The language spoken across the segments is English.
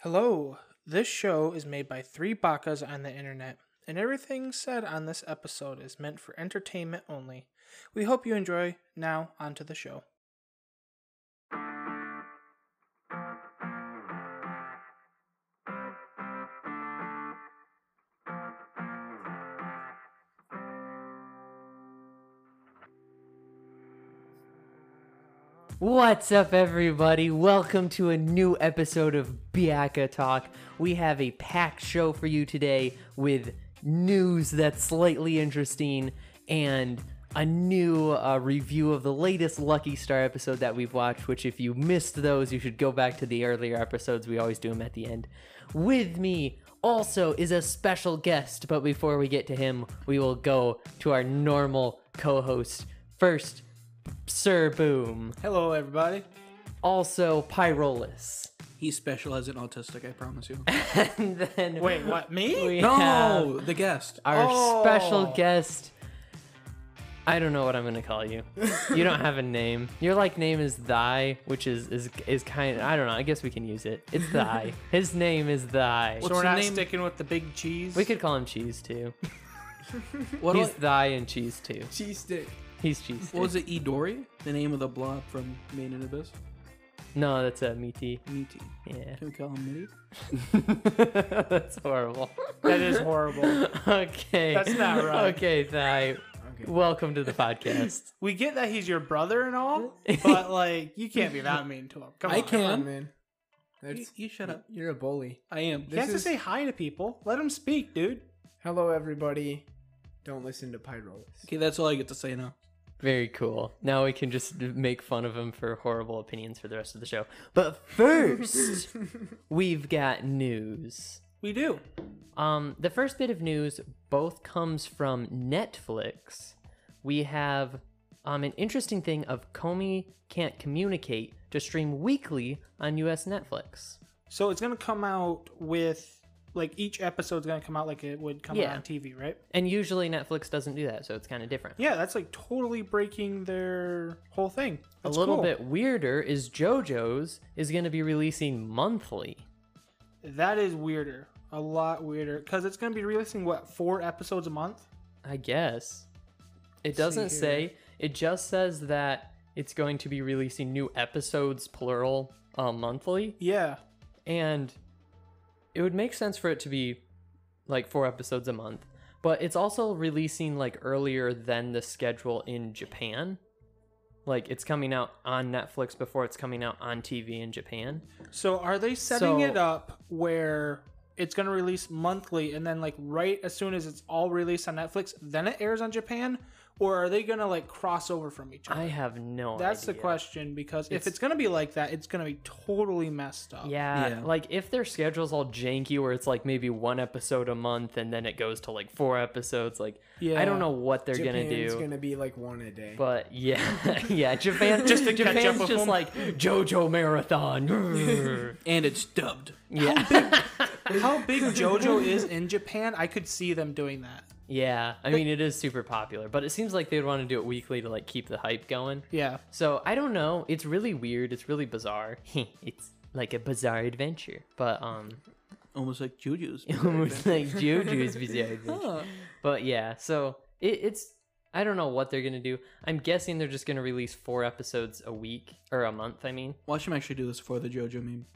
Hello. This show is made by three bakas on the internet, and everything said on this episode is meant for entertainment only. We hope you enjoy. Now, onto the show. What's up, everybody? Welcome to a new episode of Biaka Talk. We have a packed show for you today with news that's slightly interesting and a new uh, review of the latest Lucky Star episode that we've watched. Which, if you missed those, you should go back to the earlier episodes. We always do them at the end. With me also is a special guest, but before we get to him, we will go to our normal co host. First, Sir Boom Hello, everybody. also Pyrolus. He's special as an autistic, I promise you. And then Wait, what? Me? we have no, the guest. our special Oh. guest. I don't know what I'm gonna call you. You don't have a name. Your like name is thy, which is is is kind. I don't know. I guess we can use it. It's thy. His name is thy. so What's we're the not name? sticking with the big G's. We could call him Cheese too. What, He's was, thy and Cheese too. cheese stick. He's Cheese. what was it? Idori, the name of the blob from Main and Abyss. No, that's a meaty. Meaty. Yeah, Can we call him Meaty? that's horrible. That is horrible. Okay, That's not right. Okay, thy. Welcome to the podcast. we get that he's your brother and all, but like, you can't be that mean to him. Come on. I Come on, can. man. You, That's, you shut up. you're a bully. I am. He has to is- say hi to people. Let him speak, dude. Hello, everybody. Don't listen to Pyrolis. Okay, that's all I get to say now. Very cool. Now we can just make fun of him for horrible opinions for the rest of the show. But first, we've got news. We do. Um, the first bit of news both comes from Netflix. We have um, an interesting thing of Comey can't communicate to stream weekly on U.S. Netflix. So it's gonna come out with like each episode's gonna come out like it would come out Yeah. on TV, right? And usually Netflix doesn't do that, so it's kind of different. Yeah, that's like totally breaking their whole thing. A That's little cool. bit weirder is JoJo's is going to be releasing monthly. That is weirder. A lot weirder because it's gonna be releasing what four episodes a month. I guess. It doesn't here. say. It just says that it's going to be releasing new episodes, plural, uh, monthly. Yeah, And it would make sense for it to be like four episodes a month. But it's also releasing like earlier than the schedule in Japan. Like it's coming out on Netflix before it's coming out on TV in Japan. So are they setting So- it up where it's going to release monthly and then like right as soon as it's all released on Netflix, then it airs on Japan or are they going to like cross over from each other? I have no idea. That's the question because if it's going to be like that, it's going to be totally messed up. Yeah, Yeah. like if their schedule's all janky where it's like maybe one episode a month and then it goes to like four episodes, like I Yeah. don't know what they're Japan's gonna do. gonna be like one a day. But yeah, yeah, Japan Just to catch up Japan's with just them. like JoJo marathon. And it's dubbed. yeah. How big JoJo is in Japan, I could see them doing that. yeah. I mean it is super popular, but it seems like they'd want to do it weekly to like keep the hype going. Yeah. So I don't know. It's really weird, it's really bizarre. it's like a bizarre adventure. But um Almost like Juju's. almost like JoJo's Bizarre Adventure. But yeah, so it, it's I don't know what they're gonna do. I'm guessing they're just gonna release four episodes a week or a month. I mean, Watch him actually do this for the JoJo meme.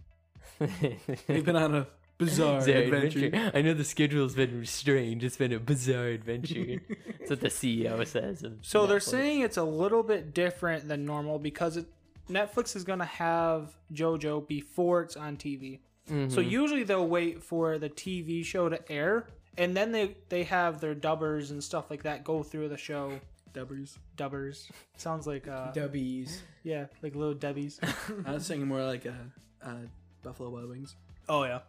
They've been on a bizarre Bizarre adventure. I know the schedule's been strange. It's been a bizarre adventure. That's what the CEO says. of So they're Netflix. saying it's a little bit different than normal because it, Netflix is going to have JoJo before it's on TV. Mm-hmm. So usually they'll wait for the TV show to air and then they they have their dubbers and stuff like that go through the show. Dubbers. Dubbers sounds like uh W's. yeah, like little dubbies. I was thinking more like a, uh Buffalo Wild Wings. oh yeah.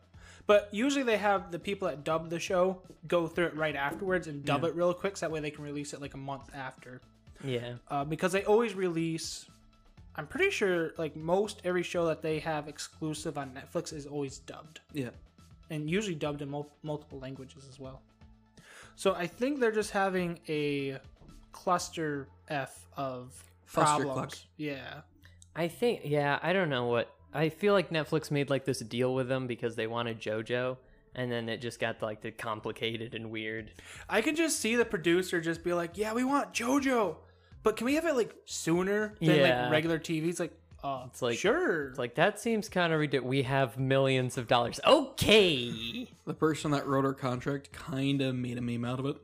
But usually they have the people that dub the show go through it right afterwards and dub it real quick so that way they can release it like a month after. yeah, uh, because they always release. I'm pretty sure like most every show that they have exclusive on Netflix is always dubbed Yeah. and usually dubbed in mul- multiple languages as well. So I think they're just having a cluster f of Fuster problems. cluck. Yeah, I think yeah. I don't know what I feel like Netflix made like this deal with them because they wanted JoJo, and then it just got like the complicated and weird. I can just see the producer just be like, "Yeah, we want JoJo, but can we have it like sooner than Yeah. like regular TV?" It's like, uh, it's like- like sure, It's like that seems kind of ridiculous. We have millions of dollars. Okay. The person that wrote our contract kind of made a meme out of it.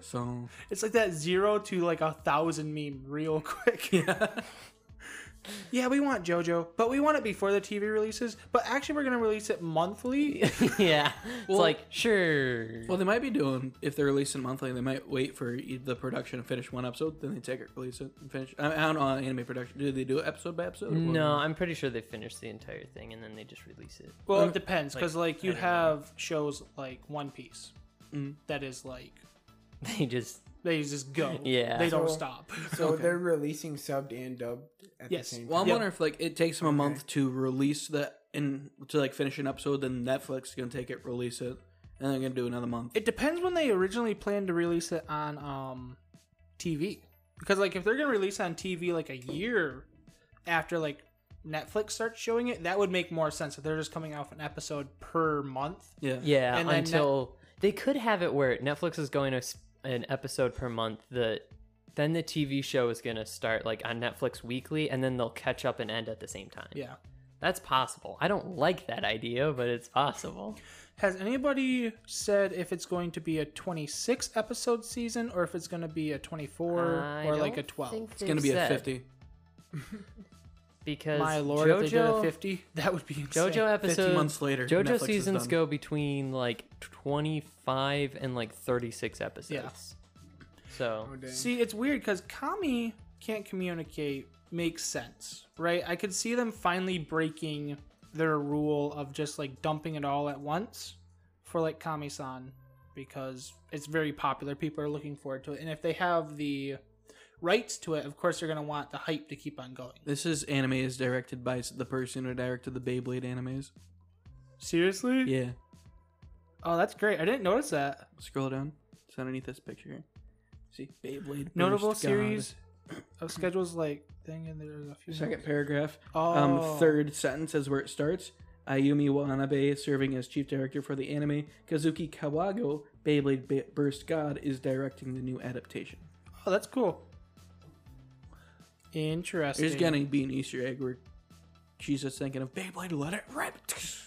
so it's like that zero to like a thousand meme real quick. Yeah. yeah, we want JoJo, but we want it before the TV releases. But actually, we're gonna release it monthly. yeah. It's like sure. Well, they might be doing if they're releasing monthly. They might wait for e- the production to finish one episode, then they take it, release it, and finish. I, I don't know on anime production. Do they do it episode by episode? or what? no, I'm pretty sure they finished the entire thing and then they just release it. Well, Uh, it depends because like, you I don't know. have shows like One Piece Mm-hmm. Mm. that is like They just they just go. Yeah. they don't So- stop. So Okay. they're releasing subbed and dubbed at Yes. the same Well, I'm time. Yeah. wondering if like it takes them a month to release that and to like finish an episode, then Netflix is gonna take it, release it, and they're gonna do another month. It depends when they originally planned to release it on um TV. Because like if they're gonna release on TV like a year after like Netflix starts showing it, that would make more sense if they're just coming off an episode per month. yeah. yeah And then Net- until they could have it where Netflix is going to s- an episode per month that then the TV show is going to start like on Netflix weekly and then they'll catch up and end at the same time. Yeah. That's possible. I don't like that idea, but it's possible. Has anybody said if it's going to be a 26 episode season or if it's going to be a 24 I or like a don't 12? think It's gonna be they've said, a fifty. because My lord, JoJo, if they did a 50, that would be insane. JoJo Fifty episodes months later, JoJo Netflix is seasons done. go between like 25 and like 36 episodes. So, Oh, dang. See, it's weird because Kami can't communicate makes sense, right? I could see them finally breaking their rule of just like dumping it all at once for like Kami san because it's very popular. People are looking forward to it. And if they have the rights to it, of course they're going to want the hype to keep on going. This is anime is directed by s- the person who directed the Beyblade animes. Seriously? Yeah, Oh, that's great. I didn't notice that. scroll down. It's underneath this picture. here. See Beyblade. Notable Burst God. series of schedules like thing and there's a few Second paragraph. Oh. Um, third sentence is where it starts. Ayumi Wanabe, serving as chief director for the anime, Kazuki Kawago, Beyblade Ba- Burst God, is directing the new adaptation. Oh, that's cool. Interesting. There's gonna be an Easter egg where she's just thinking of Beyblade, let it rip.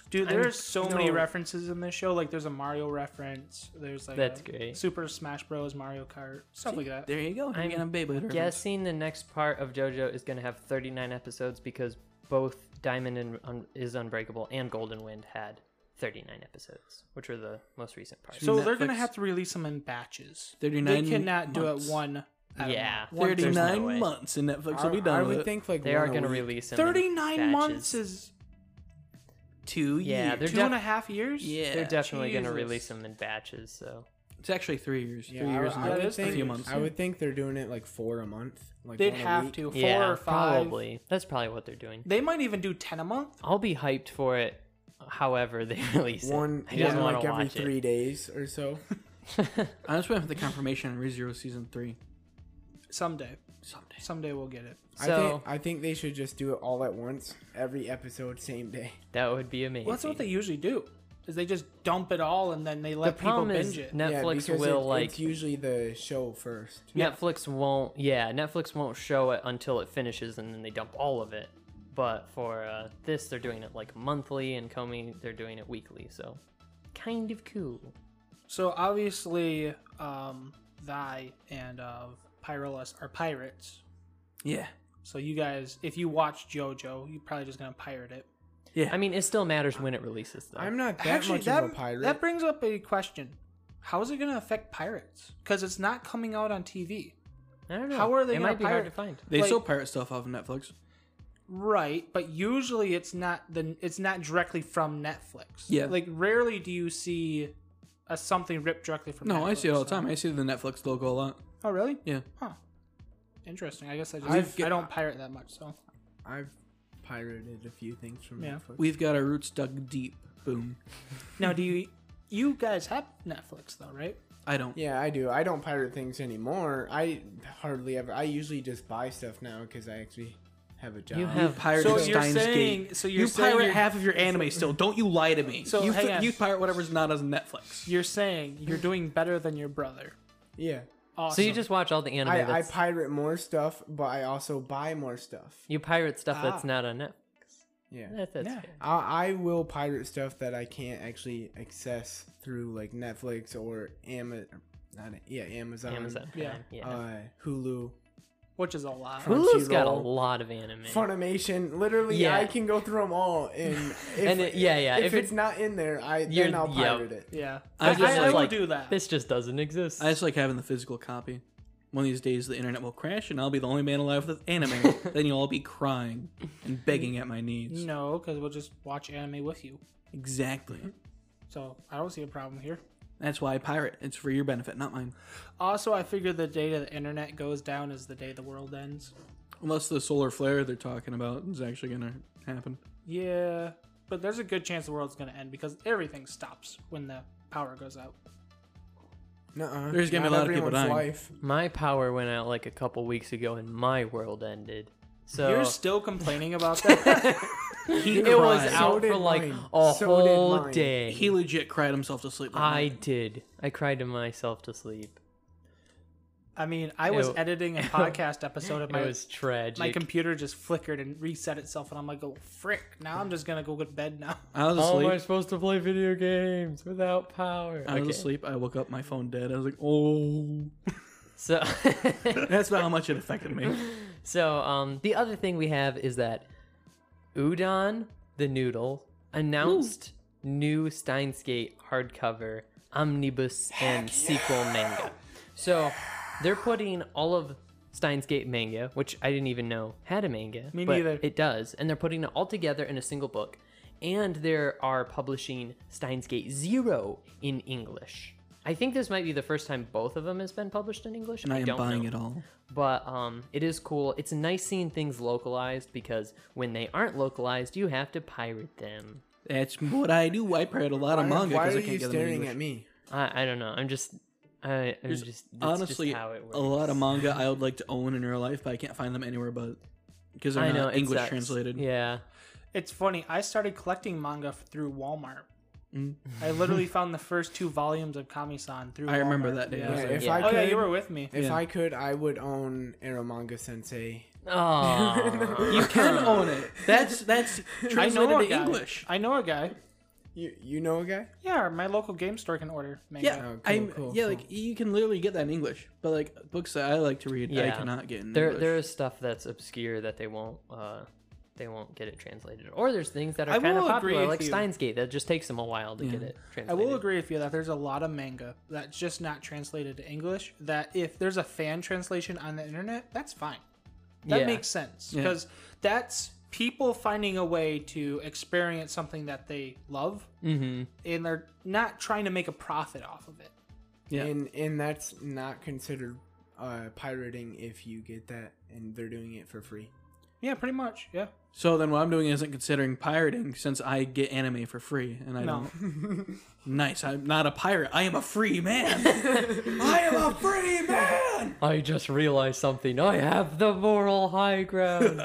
Dude, there I'm- are so many no. references in this show. Like, there's a Mario reference. There's like That's a great. Super Smash Bros. Mario Kart stuff like that. There you go. I'm I'm gonna Beyblade. reference. guessing the next part of JoJo is going to have 39 episodes because both Diamond and un- is Unbreakable and Golden Wind had 39 episodes, which were the most recent parts. So they're gonna Netflix- have to release them in batches. They 39 cannot do it months. one. at a Yeah. month. One- There's no 39 way. months and Netflix will I, be done I with would it. think like they are one a going to week. release them in 39 months batches. is two Yeah, years. they're two and a def- half years. yeah, They're definitely going to Jesus. release them in batches, so It's actually three years. Yeah, three I, years. I and it would is think, a few months. I would think they're doing it like four a month. Like They'd one a have week. to. Four yeah, or five. probably. That's probably what they're doing. They might even do 10 a month. I'll be hyped for it however they release One, it. I just one want like to every watch three days or so. it. I just waiting for the confirmation on ReZero season three Someday. someday. Someday we'll get it. I So- think I think they should just do it all at once, every episode, same day. that would be amazing. Well, that's what they usually do. Is they just dump it all and then they the let people problem binge is it. Yeah, Netflix because it- will like It's usually the show first. Netflix won't. Yeah, Netflix won't show it until it finishes, and then they dump all of it. But for uh, this, they're doing it like monthly, and Comey, they're doing it weekly. So, kind of cool. So obviously, um, thy and uh, Pyrolus are pirates. Yeah, So you guys, if you watch JoJo, you're probably just gonna pirate it. yeah. I mean, it still matters when it releases, though. I'm not that Actually, much that, of a pirate. that brings up a question: How is it gonna affect pirates? Because it's not coming out on TV, I don't know. how are they It gonna might be hard to pirate- find. they like- still pirate stuff off of Netflix. right? But usually, it's not the it's not directly from Netflix. Yeah. like rarely do you see a something ripped directly from. No, I see it Netflix, all the so- time. I see the Netflix logo a lot. Oh, really? Yeah. Huh. Interesting. I guess I I've just I get- don't pirate that much, so I've pirated a few things from Yeah. Netflix. We've got our roots dug deep. Boom. Now, do you you guys have Netflix though, right? I don't. Yeah, I do. I don't pirate things anymore. I hardly ever. I usually just buy stuff now because I actually have a job. You have Pirate So Steins you're Gate. saying- so you're you saying pirate you're- half of your anime still. Don't you lie to me. So, you, hang fi- on. you pirate whatever's not on Netflix. You're saying you're doing better than your brother. yeah. Awesome. so you just watch all the anime. I, I that's, pirate more stuff, but I also buy more stuff. you pirate stuff that's Ah. not on Netflix. Yeah. That, that's Yeah. fair. I, I will pirate stuff that I can't actually access through like Netflix or Amazon. Not yeah, Amazon. Amazon. Yeah. Prime, yeah. Uh, Hulu, which is a lot. Hulu's got a Crunchyroll. lot of anime. Funimation. Literally, Yeah. I can go through them all, and if, And it- yeah, yeah, If, if it- it's not in there, I You're- then I'll yeah. pirate it. Yeah, I I, just I, I will like- do that. This just doesn't exist. I just like having the physical copy. One of these days, the internet will crash, and I'll be the only man alive with anime. then you'll all be crying and begging at my knees. No, because we'll just watch anime with you. Exactly. So I don't see a problem here. That's why I pirate. It's for your benefit, not mine. Also, I figure the day the internet goes down is the day the world ends. Unless the solar flare they're talking about is actually gonna happen. Yeah, but there's a good chance the world's gonna end because everything stops when the power goes out. Nuh-uh. There's gonna be a Not lot of people everyone's dying. Life. my power went out like a couple weeks ago, and my world ended. So You're still complaining about that. He it was cried. out did for like mine. a So did whole mine. day. He legit cried himself to sleep. that I night. did. I cried to myself to sleep. I mean, I was Ew. editing a podcast episode of It my was tragic. my computer just flickered and reset itself, and I'm like, oh frick! Now I'm just gonna go get bed now. I was How am asleep. I supposed to play video games without power? I was asleep. I woke up, my phone dead. I was like, oh. So, That's about how much it affected me. so um, the other thing we have is that Udon the Noodle announced new Steins Gate hardcover omnibus and sequel manga. So they're putting all of Steins Gate manga, which I didn't even know had a manga. Me but neither. It does, and they're putting it all together in a single book. And they are publishing Steins Gate Zero in English. I think this might be the first time both of them has been published in English. And I, am don't buying know it all. but um, it is cool. It's nice seeing things localized because when they aren't localized, you have to pirate them. That's what I do. I pirate a lot of Why, manga why because are I can't you get them in staring English. at me? I, I don't know. I'm just, I, I'm There's just that's Honestly, just how it works. a lot of manga I would like to own in real life, but I can't find them anywhere but because they're I know not it uh, English sucks. translated. Yeah, It's funny. I started collecting manga f- through Walmart. Mm. I literally found the first two volumes of Kami-san through. I remember Walmart. that day. Yeah. I was Yeah, like, if yeah. I Oh could, yeah, you were with me. if Yeah. I could, I would own Aramanga Sensei. oh, you can own it. That's that's I translated know a to guy. English. I know a guy. You you know a guy? Yeah, my local game store can order manga. Yeah, Oh, cool, I'm, cool, yeah, cool. like you can literally get that in English, but like books that I like to read, I Yeah. cannot get in there English. there is stuff that's obscure that they won't uh, they won't get it translated, or there's things that I are kind of will agree popular with like you. Steins Gate that just takes them a while to get Yeah. it I translated. will agree with you that there's a lot of manga that's just not translated to English. That if there's a fan translation on the internet, that's fine. That Yeah. makes sense Yeah. because that's people finding a way to experience something that they love, Mm-hmm. and they're not trying to make a profit off of it. Yeah. And and that's not considered uh, pirating if you get that, and they're doing it for free. Yeah, pretty much. Yeah. So then, what I'm doing isn't considering pirating, since I get anime for free, and I No. don't. nice. I'm not a pirate. I am a free man. I am a free man. I just realized something. I have the moral high ground.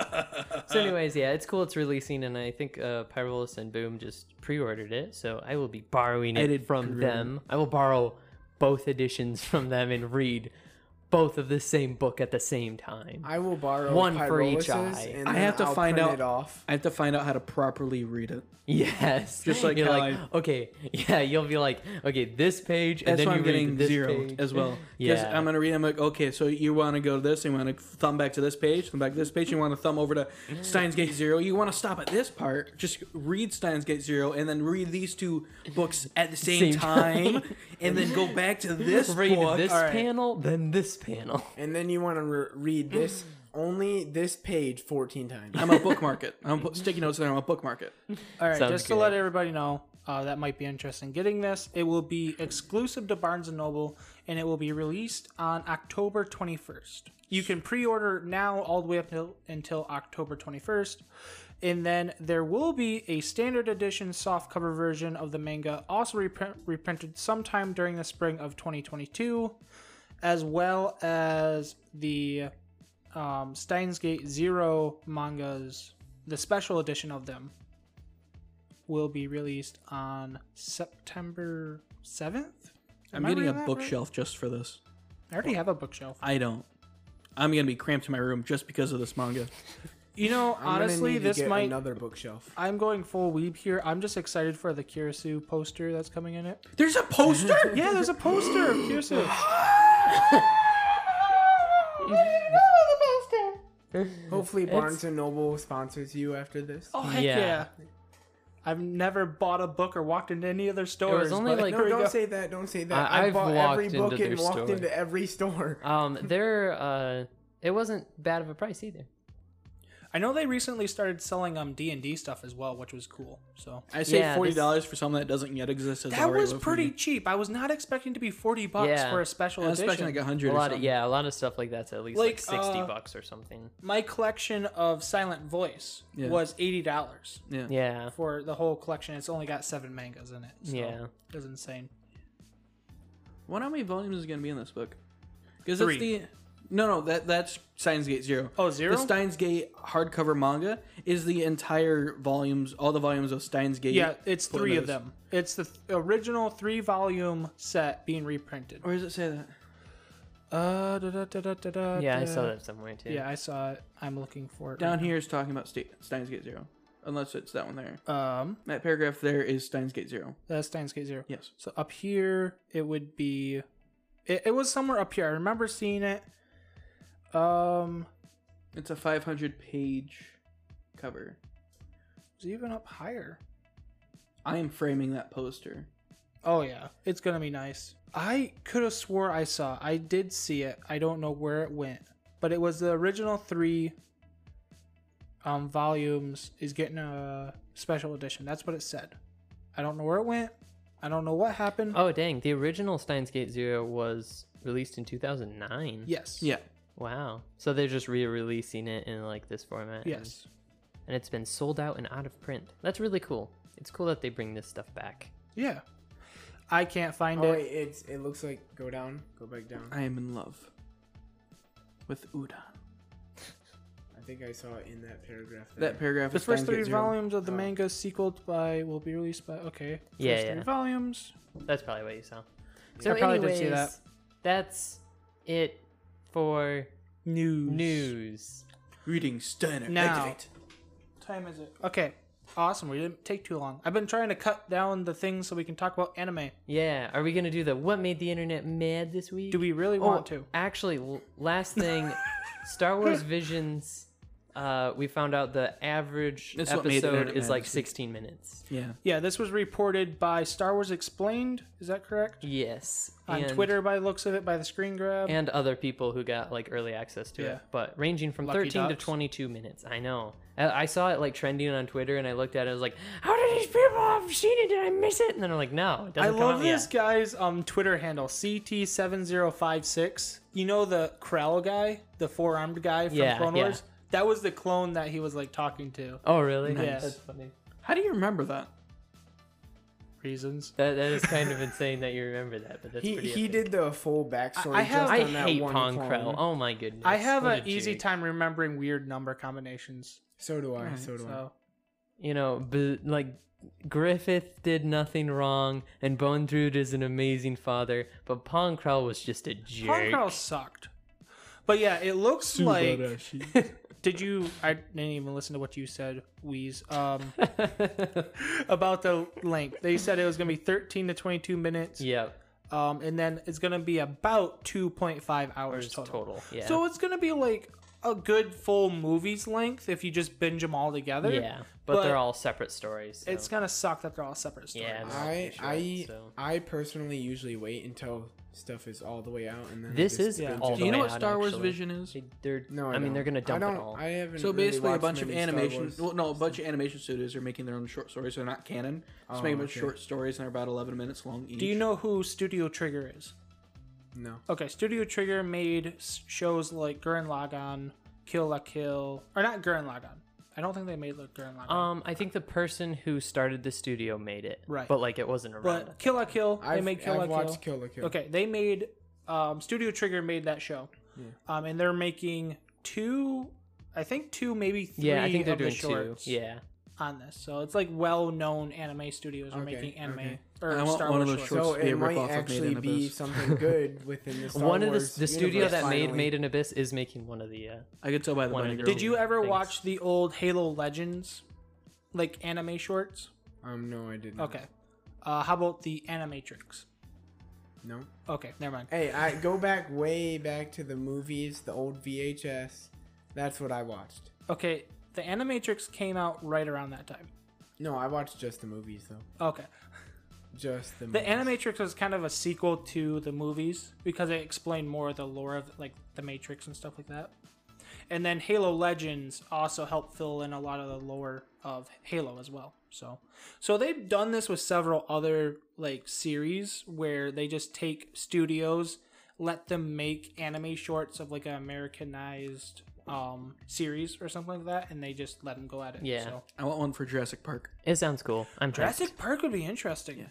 so, anyways, yeah, it's cool. It's releasing, and I think uh, Pyrolis and Boom just pre-ordered it. So I will be borrowing I it did from pre-order. them. I will borrow both editions from them and read both of the same book at the same time. I will borrow One for each Pyrolysis, eye. and I then have to I'll find print out- it off. I have to find out how to properly read it. yes, Just like you're how like okay, yeah, you'll be like okay, this page, and That's then why you I'm read getting this zero page. as well. Because Yeah. I'm gonna read. I'm like, okay, so you want to go to this, and you want to thumb back to this page, thumb back to this page. You want to thumb over to Mm. Steins Gate Zero. You want to stop at this part. Just read Steins Gate Zero, and then read these two books at the same, Same time, time. and then go back to this Read book. this All right. panel, then this panel. And then you want to re- read this only this page fourteen times. I'm a bookmark it. I'm put sticky notes in there. I'm a bookmark it. All right, Sounds just good. to let everybody know uh, that might be interested in getting this, it will be exclusive to Barnes and Noble, and it will be released on October 21st. You can pre-order now all the way up till, until October 21st, and then there will be a standard edition softcover version of the manga, also reprint, reprinted sometime during the spring of 2022, as well as the um, Steins Gate Zero mangas, the special edition of them, will be released on September 7th. Am I'm I getting reading a that right? bookshelf just for this. I already have a bookshelf. I don't. I'm gonna be cramped in my room just because of this manga. You know, I'm gonna honestly, need to this get might. another bookshelf. I'm going full weeb here. I'm just excited for the Kirisu poster that's coming in it. There's a poster. Yeah, there's a poster of Kirisu. Hopefully, Barnes and Noble sponsors you after this. Oh heck Yeah. yeah. I've never bought a book or walked into any other stores. only, but- like- There no, we don't go. say that. Don't say that. I, I've bought walked every into book their and walked store. into every store. Um, they're uh, it wasn't bad of a price either. I know they recently started selling um D and D stuff as well, which was cool. So I say Yeah, forty this- dollars for something that doesn't yet exist. Is that was pretty cheap. I was not expecting to be forty bucks Yeah. for a special I was edition. expecting like a A hundred. or lot of something. yeah, a lot of stuff like that's at least like, Like, sixty uh, bucks or something. My collection of Silent Voice Yeah. was eighty dollars yeah. Yeah, for the whole collection. It's only got seven mangas in it. So Yeah. it was insane. Wonder how many volumes is gonna be in this book? Because Three. it's the no, no. That that's Steins Gate Zero. Oh, zero? The Steins Gate hardcover manga is the entire volumes, all the volumes of Steins Gate. Yeah, it's put three into of this. them. It's the th- original three volume set being reprinted. Where does it say that? Uh, da, da, da, da, da, da, yeah, I da. saw that somewhere too. Yeah, I saw it. I'm looking for it. Down here is talking about Ste Steins Gate Zero, unless it's that one there. Um, That paragraph there is Steins Gate Zero. that's Steins Gate Zero. Yes. So up here, it would be. It, it was somewhere up here. I remember seeing it. Um, It's a 500 page cover. it's even up higher. I am framing that poster. Oh yeah, it's gonna be nice. I could have swore I saw. I did see it. I don't know where it went, but it was the original three. Um, volumes is getting a special edition. That's what it said. I don't know where it went. I don't know what Uh, happened. Oh dang, the original Steins Gate Zero was released in two thousand nine. yes. Yeah. Wow. So they're just re-releasing it in like this format. and- Yes. and it's been sold out and out of print. That's really cool. It's cool that they bring this stuff back. Yeah. I can't find Oh it. wait, it's it looks like go down, go back down. I am in love with Udon. I think I saw it in that paragraph. There. That paragraph The is first Steins three Gate Zero. volumes of the Oh. manga sequeled by will be released by okay. First Yeah, three yeah. volumes. That's probably what you saw. So I probably did see that. anyways, That's it for News. news. Reading Steiner. Now. Activate. time is it? Okay. Awesome. We didn't take too long. I've been trying to cut down the things so we can talk about anime. Yeah, are we gonna do the what made the internet mad this week? Do we really Oh, want to? Actually, l- last thing, Star Wars Visions. Uh, we found out the average That's what made the episode internet is mad like this week. 16 minutes. Yeah. Yeah, this was reported by Star Wars Explained. Is that correct? Yes, On and- Twitter, by the looks of it, by the screen grab. and other people who got like early access to Yeah. it, but ranging from Lucky 13 to ducks. 22 minutes. I know. I, I saw it like trending on Twitter, and I looked at it. I was like, "How did these people have seen it? Did I miss it?" And then I'm like, "No, it I doesn't come love out this yet." guy's um Twitter handle CT7056. You know the Krell guy, the four-armed guy from Yeah, Clone yeah. Wars. That was the clone that he was like talking to. Oh, really? Nice. That's funny. How do you remember that? Reasons. That, that is kind of insane that you remember that, but that's he pretty. he epic. did the full backstory. I- I have- just I on that hate one Pong clone. Krell. Oh my goodness. I have What an a easy jerk. time remembering weird number combinations. So do I. So do So You know, b- like Griffith did nothing wrong, and Bone Druid is an amazing father, but Pong Krell was just a jerk. Pong Krell sucked. But yeah, it looks like. Did you? I didn't even listen to what you said, Wheeze. Um, about the length, they said it was gonna be 13 to 22 minutes. Yep. Um, and then it's gonna be about 2.5 hours Total. total. Yeah. So it's gonna be like a good full movie's length if you just binge them all together. Yeah, but, they're all separate stories. so- uh, It's gonna suck that they're all separate stories. Yeah, no. I. Pretty sure, I I so. I personally usually wait until stuff is all the way out, and then I this just is yeah. all Do you the know way what out, Star Wars actually. Vision is? They, they're, No, I, mean they're gonna dump I don't, it all. I haven't. So really basically, a watched bunch of many Star animation. Wars. Well, no, a bunch of animation studios are making their own short stories. They're not canon. Just Oh, making them okay. short stories, and they're about eleven minutes long each. Do you know who Studio Trigger is? No. Okay, Studio Trigger made s- shows like Gurren Lagann, Kill la Kill, or not Gurren Lagann. I don't think they made like Gurren Lagann. um, I think the person who started the studio made it, Right. But like it wasn't around. but Kill la Kill, they I've, made Kill I've la Kill. watched Kill la Kill. Okay, they made um, Studio Trigger made that show, um, and they're making two, I think two, maybe three Yeah, I think they're of the doing two. shorts Yeah. on this. So it's like well-known anime studios are Okay, making anime okay. or I want Star one Wars of those shorts. shorts. So to be a it might ripoff of Made in actually be Abyss. something good within the Star one of the, Wars the studio universe, that made finally. Made in Abyss is making one of the. Uh, I could tell by the One bunny of the- girl. Did you ever Thanks. watch the old Halo Legends, like anime shorts? Um, no, I didn't. Okay. Uh, how about the Animatrix? No. Okay, never mind. Hey, I go back way back to the movies, the old VHS. That's what I watched. Okay, the Animatrix came out right around that time. No, I watched just the movies though. Okay. Just the. The movies. Animatrix was kind of a sequel to the movies because it explained more of the lore of like the Matrix and stuff like that. And then Halo Legends also helped fill in a lot of the lore of Halo as well. So, so they've done this with several other like series where they just take studios, let them make anime shorts of like an Americanized um series or something like that, and they just let them go at it. Yeah. So, I want one for Jurassic Park. it sounds cool. I'm Jurassic. Jurassic Park would be interesting. Yeah.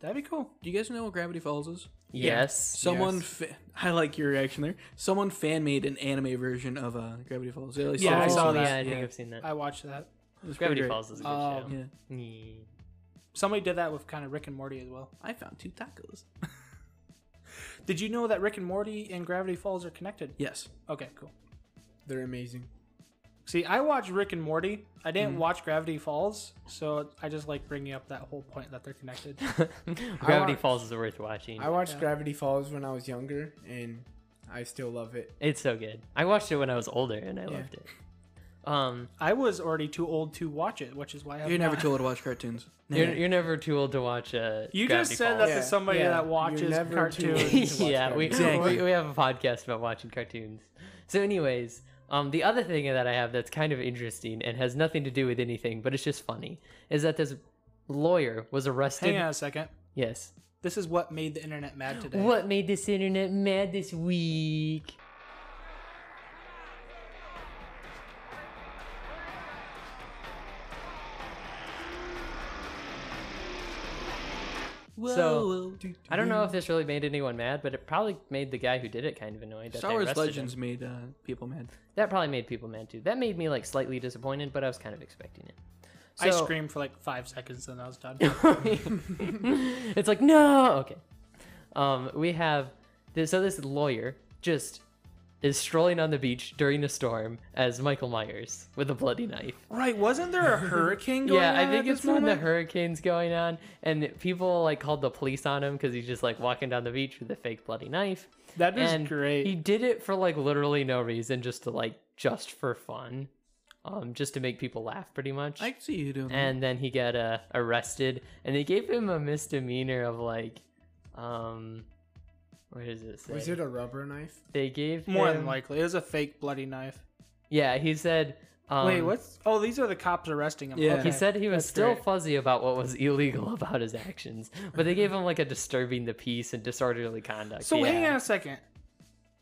That'd be cool. Do you guys know what Gravity Falls is? Yes. Someone, fa- I like your reaction there. Someone fan made an anime version of uh, Gravity Falls. They like Yeah, Oh, I started saw yeah, that, I think yeah. I've seen that. I watched that. It was pretty Gravity great. Falls is a good Um, show. Yeah, Yeah. Somebody did that with kind of Rick and Morty as well. I found two tacos. Did you know that Rick and Morty and Gravity Falls are connected? Yes, Okay, cool. They're amazing. See, I watched Rick and Morty. I didn't Mm-hmm. watch Gravity Falls, so I just like bringing up that whole point that they're connected. Gravity watched- Falls is worth watching. I watched Yeah. Gravity Falls when I was younger, and I still love it. It's so good. I watched it when I was older and I loved it. Um, I was already too old to watch it, which is why I you're never not. too old to watch cartoons. you're, you're never too old to watch. Uh, You Gravity just said Falls. that to somebody yeah, that you're watches never too cartoons. old. to watch yeah, we, Exactly. we we have a podcast about watching cartoons. So, anyways, um, the other thing that I have that's kind of interesting and has nothing to do with anything, but it's just funny, is that this lawyer was arrested. Hang on a second. Yes. This is what made the internet mad today. What made this internet mad this week? So- I don't know if this really made anyone mad, but it probably made the guy who did it kind of annoyed. That Star they Wars arrested him. Legends made uh, people mad. That probably made people mad too. That made me like slightly disappointed, but I was kind of expecting it. I So- screamed for like five seconds and I was done. it's like no okay um we have this so this lawyer just is strolling on the beach during a storm as michael myers with a bloody knife right? Wasn't there a hurricane going yeah on i think at it's this when the moment? hurricane's going on and people like called the police on him because he's just like walking down the beach with a fake bloody knife That is and great. he did it for like literally no reason just to like just for fun um just to make people laugh pretty much I can see you doing. that. and then he got uh, arrested and they gave him a misdemeanor of like um where does it say Was it a rubber knife? they gave More him, than likely, it was a fake bloody knife. yeah he said um, Wait, what's? Oh, these are the cops arresting him. Yeah. Okay. he said he was That's still great. fuzzy about what was illegal about his actions but they gave him like a disturbing the peace and disorderly conduct So yeah. hang on a second.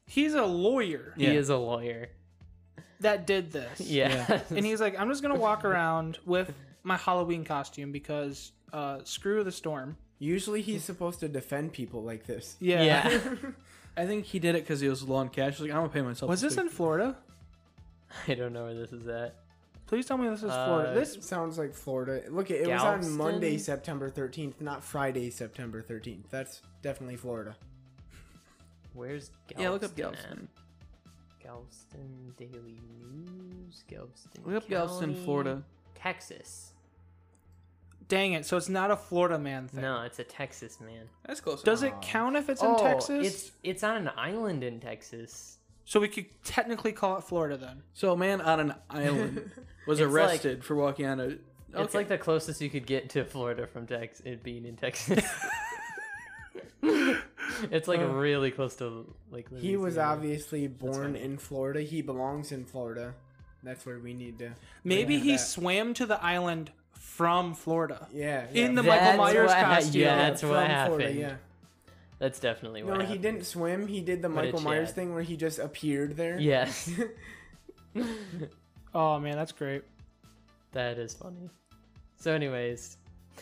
He's a lawyer he Yeah. is a lawyer that did this. yeah, And he's like, I'm just gonna walk around with my Halloween costume because uh, screw the storm. Usually he's Hmm. supposed to defend people like this. Yeah. yeah. I think he did it because he was low on cash. He's Like I'm gonna pay myself. Was this week." in Florida? i don't know where this is at Please tell me this is Uh, Florida. This Sounds like Florida. Look, it was Galveston? on Monday, September 13th, not Friday, September 13th. That's definitely Florida. where's galveston Yeah, look up at? Galveston. galveston daily news galveston Look up Galveston, County, Florida. texas dang it. So it's not a Florida man thing. No, it's a Texas man. Oh, That's close. Does enough. it count if it's in Texas? It's it's on an island in Texas. So we could technically call it Florida then. So a man on an island was It's like- arrested for walking on a. It's Okay. like the closest you could get to Florida from Texas, it being in Texas. it's like really close to like. He was Louisiana. obviously born in Florida. He belongs in Florida. That's where we need to. Maybe Yeah, he that- swam to the island from Florida. Yeah. In the yeah, Michael That's Myers what ha- costume. yeah, that's what happened. yeah. That's definitely what. No, he happened. didn't swim. He did the What a Michael Myers Chad. thing where he just appeared there. Yes, Oh man, that's great. that is funny. So, anyways,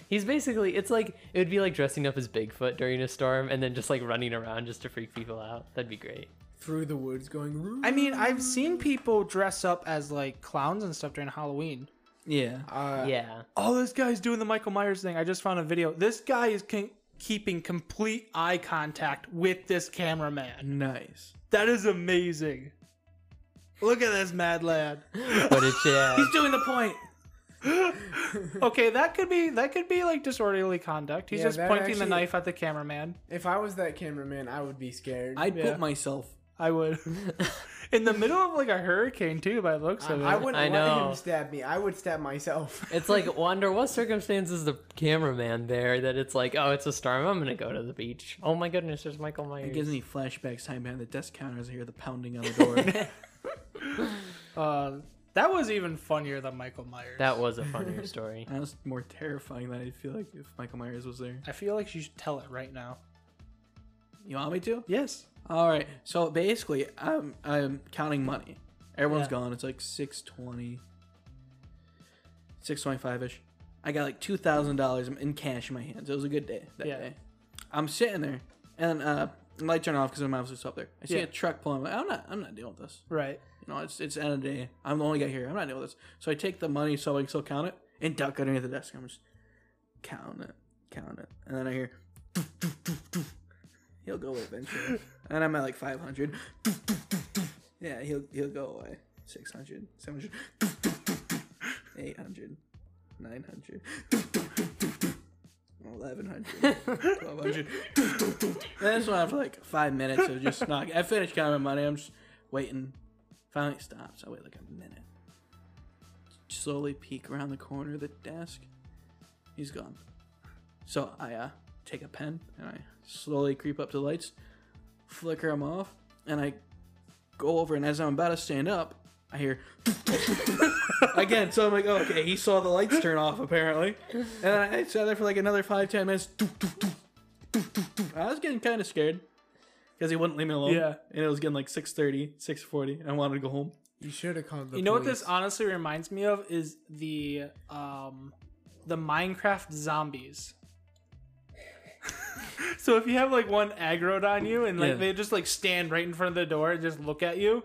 he's basically it's like it would be like dressing up as Bigfoot during a storm and then just like running around just to freak people out. That'd be great. through the woods going. I mean, I've seen people dress up as like clowns and stuff during Halloween. Yeah. uh, Yeah. Oh, this guy's doing the Michael Myers thing. I just found a video. This guy is con- keeping complete eye contact with this cameraman. Nice. That is amazing. Look at this mad lad. But it's yeah. He's doing the point. Okay, that could be that could be like disorderly conduct. He's Yeah, just that pointing the actually- knife at the cameraman. If I was that cameraman, I would be scared. I'd Yeah. put myself. I would. In the middle of like a hurricane too, by the looks I, of it. I wouldn't I let know. him stab me. I would stab myself. It's like, well, under what circumstances the cameraman there that it's like, oh, it's a storm. I'm gonna go to the beach. Oh my goodness, there's Michael It Myers. gives me flashbacks time behind the desk counter as I hear the pounding on the door. Uh, that was even funnier than Michael Myers. That was a funnier story. that was more terrifying than I feel like if Michael Myers was there. I feel like you should tell it right now. You want me to? Yes. All right. So basically, I'm I'm counting money. Everyone's Yeah. gone. It's like 620 625ish. I got like $2,000 in cash in my hands. It was a good day that Yeah. day. I'm sitting there and uh the light turned off because my mom was up there. I see Yeah. a truck pulling. I'm like, I'm not I'm not dealing with this. Right. You know, it's it's the end of the day. I'm the only guy here. I'm not dealing with this. So I take the money so I can still count it and duck underneath the desk. I'm just count it, count it, and then I hear. "Doof, doof, doof, doof." He'll go away eventually, and I'm at like 500. "Doof, doof, doof, doof." Yeah, he'll he'll go away. 600, 700, "Doof, doof, doof, doof." 800, 900, "Doof, doof, doof, doof, doof." 1100, 1200. "Doof, doof, doof, doof." And That's why after like five minutes of just not. I finished counting my money. I'm just waiting Finally it stops. I wait like a minute. Slowly peek around the corner of the desk. He's gone. So I uh, take a pen and I slowly creep up to the lights, flicker him off, and I go over. And as I'm about to stand up, I hear again. So I'm like, okay, he saw the lights turn off apparently. And I sat there for like another five, ten minutes. I was getting kind of scared because he wouldn't leave me alone. Yeah. and it was getting like 6.30, 6.40, and I wanted to go home. You should have called the. you know what police. this honestly reminds me of is the um the Minecraft zombies. so if you have like one aggroed on you and like Yeah. they just like stand right in front of the door and just look at you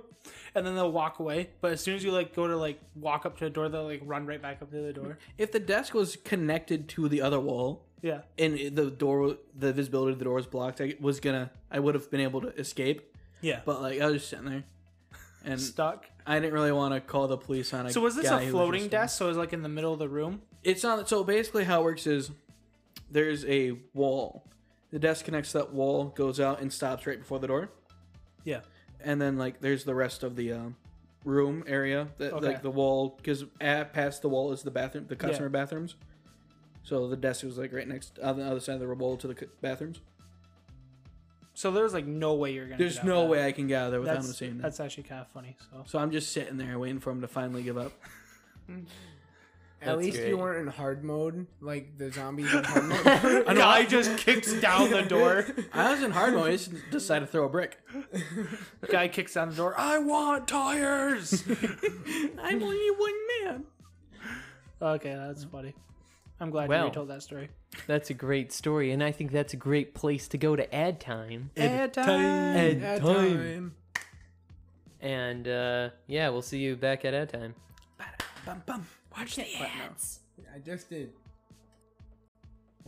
and then they'll walk away. But as soon as you like go to like walk up to the door, they'll like run right back up to the door. If the desk was connected to the other wall Yeah. and it- the door, the visibility of the door was blocked, I was gonna, I would have been able to escape. Yeah. But like, I was just sitting there, and Stuck. I didn't really want to call the police on. A So was this guy who a was floating just- desk? So it was like in the middle of the room? It's not. So basically, how it works is there's a wall. The desk connects to that wall, goes out, and stops right before the door. Yeah. and then like there's the rest of the um, room area that Okay. like the wall because past the wall is the bathroom the customer bathrooms so the desk was like right next on the other side of the wall to the cu- bathrooms So there's like no way you're gonna. there's get out no of that. way i can get out of there without him That's, seeing that that's actually kind of funny. So so i'm just sitting there waiting for him to finally give up At That's least great. you weren't in hard mode, like the zombies in hard mode. a guy just kicks down the door. i was in hard mode i just decided to throw a brick Guy kicks down the door. I want tires. i'm only one man okay, that's funny. I'm glad Well. you told that story. That's a great story, and I think that's a great place to go to ad time. Ad time. Ad At time. And uh, yeah, we'll see you back at ad time. bum, bum. watch the ads I just did.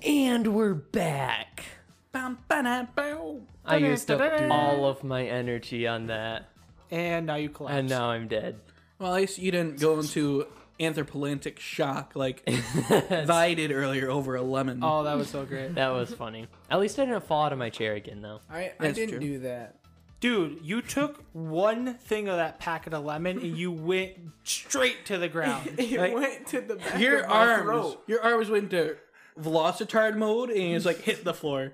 And we're back. bum, ba-da, bow. I used up all of my energy on that, And now you collapse. and uh, now I'm dead. well at least you didn't go into anthropolanic shock like that I did earlier over a lemon. Oh, that was so great, was funny. At least I didn't fall out of my chair again, though. I, I That's didn't true. do that. dude. You took one thing of that packet of lemon and you went straight to the ground. It Like, went to the back your of my arms, throat. your arms went into velocitard mode, and it's like hit the floor.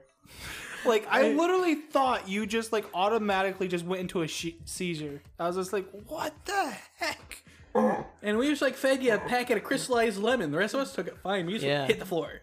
Like I literally thought you just like automatically just went into a she- seizure. I was just like, what the heck? And we just like fed you a packet of crystallized lemon. The rest of us took it fine. We just Yeah. hit the floor.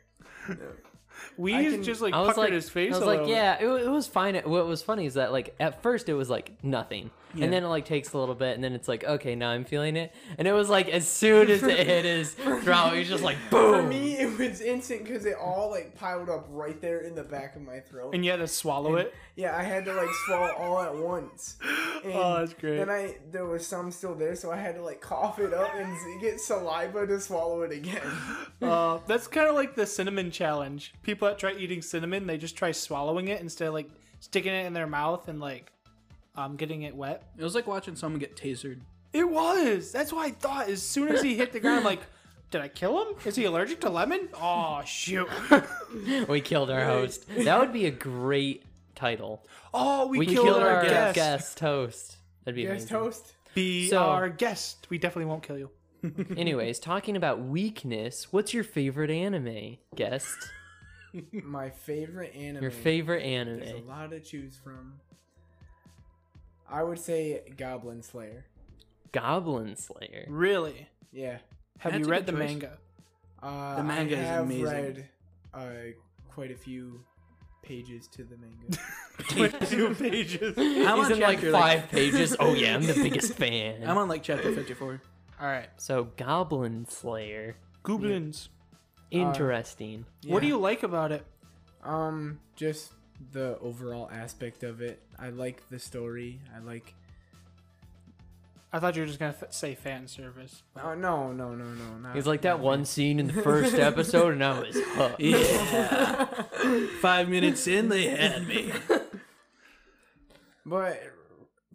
Weez can- just like I was puckered like, his face. I was a like, little. yeah, it, wa- it was fine. What was funny is that like at first it was like nothing, and then it like takes a little bit, and then it's like okay, now I'm feeling it, and it was like as soon as it hit his throat, it was just like For boom. me, it was instant because it all like piled up right there in the back of my throat. And you had to swallow it. Yeah, I had to like swallow all at once. And Oh, that's great. Then I there was some still there, so I had to like cough it up and s- get saliva to swallow it again. Uh, that's kind of like the cinnamon challenge. People that try eating cinnamon, they just try swallowing it instead of like sticking it in their mouth and like um, getting it wet. It was like watching someone get tasered. It was. That's what I thought. As soon as he hit the ground, I'm like, did I kill him? Is he allergic to lemon? Oh shoot. we killed our host. That would be a great title. Oh, we, We killed, our, guest. guest host. That'd be Yes, amazing. toast. Be So- our guest. We definitely won't kill you. Anyways, talking about weakness, what's your favorite anime guest? My favorite anime. Your favorite There's a anime? lot to choose from. I would say Goblin Slayer. Goblin Slayer. Really? Yeah. Have That's you a read good the choice. manga? Uh, The manga I is have amazing. Read, uh, quite a few pages to the manga. Two pages. I'm He's on in like chapter, five pages. Oh yeah, I'm the biggest fan. I'm on like chapter 54. All right. so Goblin Slayer, Goblins. interesting. What do Yeah. you like about it? Um, just the overall aspect of it. I like the story. I like. I thought you were just gonna f- say fan service. Oh no no no no no. He's like that one scene in the first episode, and I was hooked. Yeah. Five minutes in, they had me. But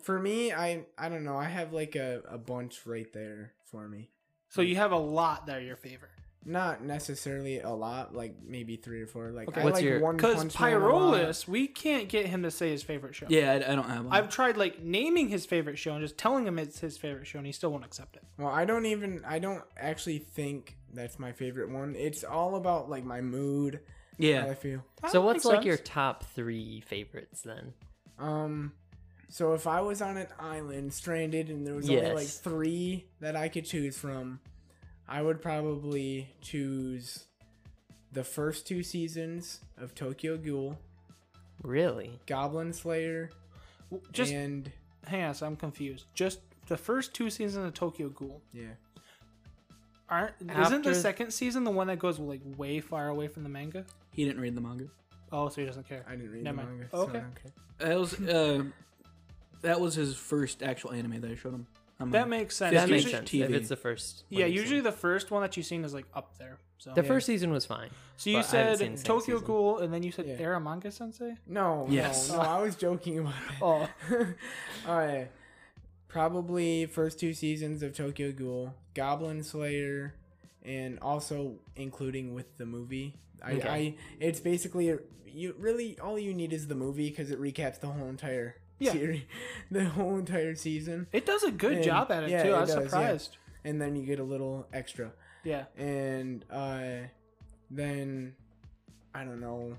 for me, I I don't know. I have like a a bunch right there for me. So Mm. you have a lot that are your favorite. Not necessarily a lot, like maybe three or four. Like Okay. I What's like your- one Because Punch Man a lot. Pyrolis, we can't get him to say his favorite show. Yeah, I, I don't have one. I've tried like naming his favorite show and just telling him it's his favorite show, and he still won't accept it. Well, I don't even. I don't actually think that's my favorite one. It's all about like my mood. How yeah. I feel. So That what's makes like sense. your top three favorites then? Um, so if I was on an island stranded and there was only like Yes. three that I could choose from, I would probably choose the first two seasons of Tokyo Ghoul, Really? Goblin Slayer, W- just and hang on? So I'm confused. Just the first two seasons of Tokyo Ghoul yeah, aren't. isn't After- the second season the one that goes like way far away from the manga? He didn't read the manga. Oh, so he doesn't care. I didn't read Never the mind. manga. Okay. okay. That was uh, that was his first actual anime that I showed him. I'm That like, makes sense. that Usually- makes sense. If TV. it's the first. one Yeah, you've usually seen. the first one that you've seen is like up there. So, the first season was fine. so you but I said haven't seen the second Tokyo season. Ghoul, and then you said Yeah. Aramanga Sensei. No, Yes. no, no, I was joking about that. Oh, All right. Probably first two seasons of Tokyo Ghoul, Goblin Slayer, and also including with the movie. I, Okay. I it's basically you really all you need is the movie because it recaps the whole entire Yeah. series, the whole entire season, it does a good And- job at it yeah, too. it I was does, yeah. surprised. and then you get a little extra. Yeah. And uh, then I don't know,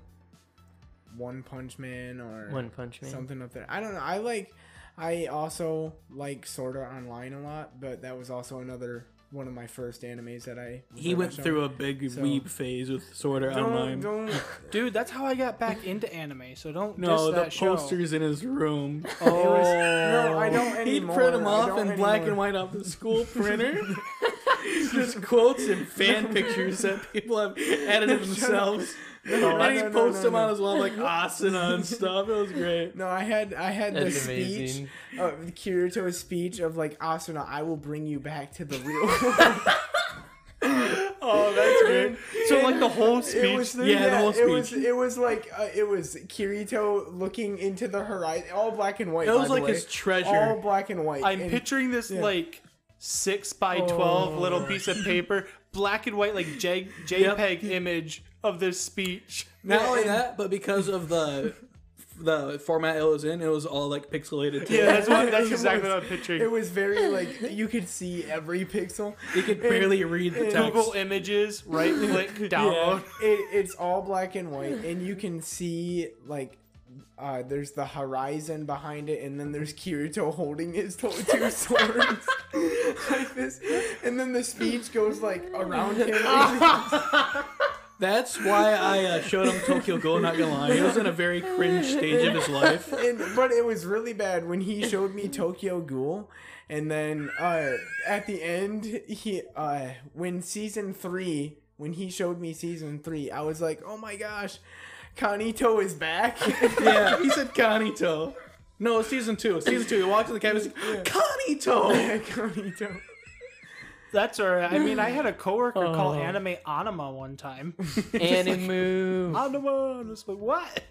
One Punch Man or One Punch Man. something up there. I don't know. I like. I also like Sword Art Online a lot, but that was also another one of my first animes that I. he went through a big So- weeb phase with Sword Art Don't, Online. don't. Dude, that's how I got back into anime. So don't no, diss the that show. posters in his room. Oh, no, I don't He'd anymore. print them I off don't in black and anymore. white off the school printer. Just quotes and fan pictures that people have added of themselves. No, and he no, no, posts no, them no. on his wall like asana and stuff. It was great. No, I had I had the That's speech, amazing. uh, Kirito's speech of like Asuna, I will bring you back to the real. world." oh, that's weird. So like the whole speech. It was thing? yeah, the whole It was speech. it was like uh, it was Kirito looking into the horizon, all black and white. It by was the like way. his treasure. All black and white. I'm and- picturing this like six by twelve Oh. little piece of paper, black and white, like J- JPEG image of this speech. Not only that, but because of the the format it was in, it was all like pixelated. Too. Yeah, that's what. That's It exactly was- what I'm picturing. It was very like you could see every pixel. you could barely read the text. Google Images, right click, download. Um, It, it's all black and white, and you can see like uh, there's the horizon behind it, and then there's Kirito holding his to- two swords like this, and then the speech goes like around him. That's why I uh, showed him Tokyo Ghoul. Not gonna lie, he was in a very cringe stage of his life. And, but it was really bad when he showed me Tokyo Ghoul, and then uh, at the end, he uh, when season three, when he showed me season three, I was like, oh my gosh, Kanito is back. Yeah, he said Kanito. No, season two. Season two. He walked to the cabin. he's Like, Kanito. Kanito. That's all right. I mean, I had a coworker call Oh. anime anima one time. Animu. anima, and it's like what?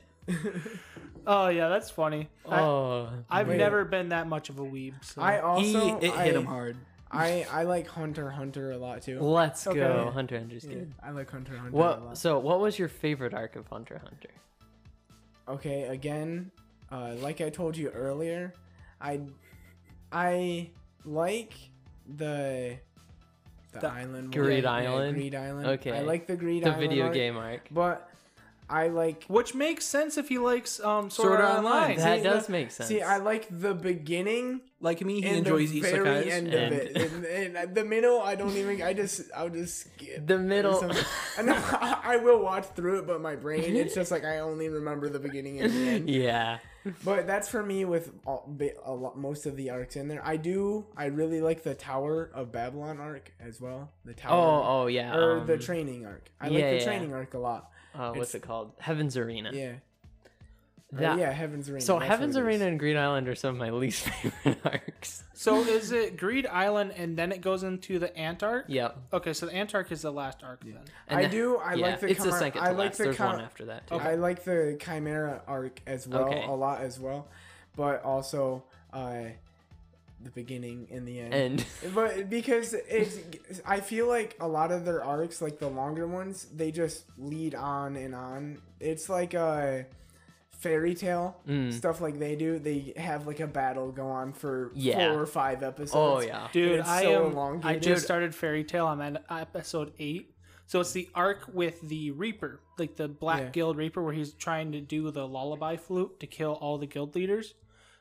oh yeah, that's funny. Oh, I, I've Wait. never been that much of a weeb. So. I also he it I, hit him hard. I I like Hunter x Hunter a lot too. let's go. Okay. Hunter x Hunter's good. I like Hunter x Hunter a What? lot. So, what was your favorite arc of Hunter x Hunter? okay again uh, like i told you earlier i i like the the, The island one. Greed Yeah, Island? greed island Okay. i like the greed The island video arc, game arc. but i like Which makes sense if he likes um Sword, Art Sword Art Online. Online. That see, does the- make sense. see i like the beginning Like me, he and enjoys the very isekais. end And- of it and, and the middle i don't even i just i'll just skip the or middle. something. I, know, I will watch through it, but my Mhm. brain, it's just like I only remember the beginning and the end. yeah. But that's for me with all, ba- a lot, most of the arcs in there. I do. I really like the Tower of Babylon arc as well. The Oh, Tower. oh yeah. Or um, the training arc. I yeah, like yeah. the training arc a lot. uh, what's it's- it called? Heaven's Arena. Yeah. Or That- yeah. Heaven's Arena. So that's what Heaven's it is. Arena and Green Island are some of my least favorite arcs. So is it Greed Island and then it goes into the Antark? Yep. Okay, so the Antark is the last arc then. And I the- do. I like the. it's the chi- second. To I like last. the There's chi- one after that. Too. I like the Chimera arc as well Okay. a lot as well, but also uh, the beginning and the end. And But because it's, I feel like a lot of their arcs, like the longer ones, they just lead on and on. It's like a fairy tale Mm. stuff like they do. They have like a battle go on for Yeah. four or five episodes. oh yeah. Dude, it's I am. so I elongated. just started Fairy Tale. I'm at episode eight. So it's the arc with the Reaper, like the Black Yeah. Guild Reaper, where he's trying to do the lullaby flute to kill all the guild leaders.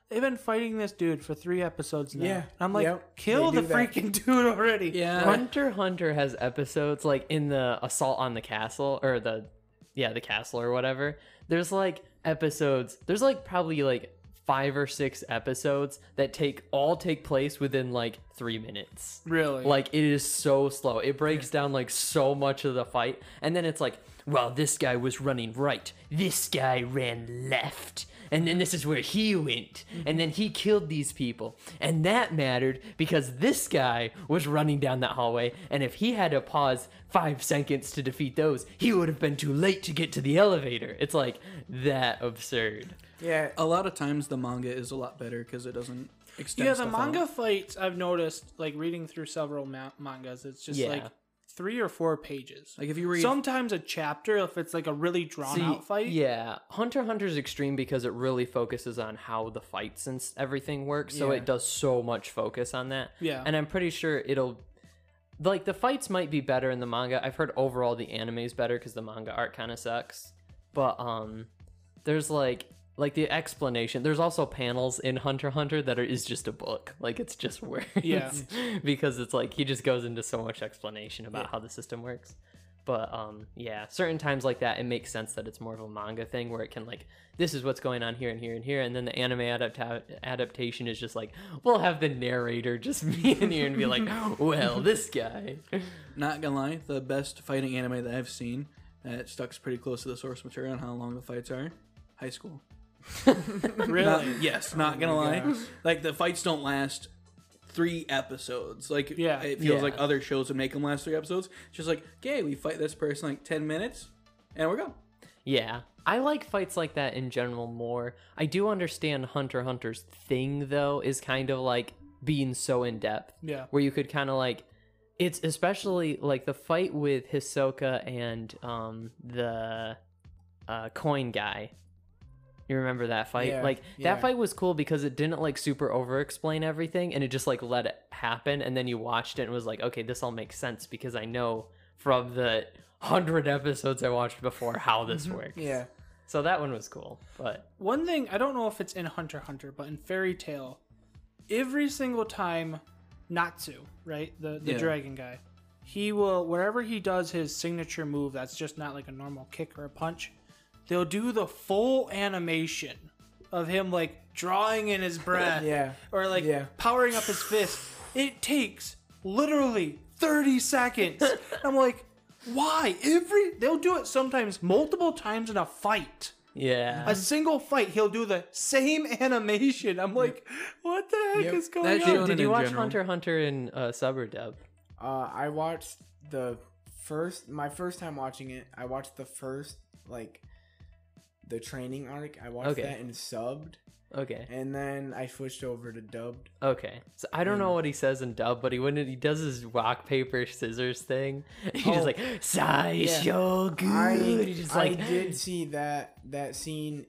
They've been fighting this dude for three episodes now. Yeah. And I'm like, Yep. kill They the do that. freaking dude already. Yeah. Hunter x Hunter has episodes like in the assault on the castle or the yeah the castle or whatever. There's like episodes. There's like probably like five or six episodes that take all take place within like three minutes. Really? Like it is so slow. It breaks down like so much of the fight, and then it's like, well, this guy was running right, this guy ran left, and then this is where he went, and then he killed these people, and that mattered because this guy was running down that hallway, and if he had to pause five seconds to defeat those, he would have been too late to get to the elevator. It's like that absurd. yeah. A lot of times the manga is a lot better because it doesn't extend. yeah, the stuff out. manga fights, I've noticed, like reading through several ma- mangas, it's just Yeah. like three or four pages. Like if you read Sometimes a chapter, if it's like a really drawn See, out fight. Yeah, Hunter x Hunter's extreme because it really focuses on how the fights and s- everything work. So Yeah. it does so much focus on that. Yeah. and I'm pretty sure it'll like the fights might be better in the manga. I've heard overall the anime's better because the manga art kind of sucks. But um, there's like like the explanation. There's also panels in Hunter x Hunter that are, is just a book. Like it's just words. Yeah. because it's like he just goes into so much explanation about how the system works. But um, yeah, certain times like that, it makes sense that it's more of a manga thing where it can like, this is what's going on here and here and here, and then the anime adapta- adaptation is just like, we'll have the narrator just be in here and be like, well, this guy. Not gonna lie, the best fighting anime that I've seen that stucks pretty close to the source material and how long the fights are. High school. Not- Really? Oh yes, not gonna lie. Like the fights don't last three episodes. Like Yeah. it feels Yeah. like other shows would make them last three episodes. It's just like, okay, we fight this person like ten minutes, and we're gone. Yeah, I like fights like that in general more. I do understand Hunter x Hunter's thing though is kind of like being so in depth. Yeah. where you could kind of like it's especially like the fight with Hisoka and um the uh coin guy. You remember that fight? Yeah, like yeah. that fight was cool because it didn't like super over explain everything and it just like let it happen and then you watched it and was like, "Okay, this all makes sense because I know from the 100 episodes I watched before how this works." Mm-hmm. Yeah. So that one was cool, but One thing I don't know if it's in Hunter x Hunter, but in Fairy Tale, every single time Natsu, right, the the Yeah. dragon guy, he will wherever he does his signature move that's just not like a normal kick or a punch they'll do the full animation of him like drawing in his breath Yeah. Uh, or like Yeah. powering up his fist it takes literally 30 seconds i'm like why every they'll do it sometimes multiple times in a fight Yeah. a single fight he'll do the same animation i'm like what the heck Yep. is going That's on Shonen Did you in watch general. Hunter x Hunter in uh, sub or dub? Uh, I watched the first my first time watching it. I watched the first like the training arc. I watched Okay. that in subbed, Okay. and then I switched over to dubbed. Okay. So I Hmm. don't know what he says in dub, but he when he does his rock paper scissors thing, he's just like "Sai Shogun." Oh. I He's just I like did see that that scene,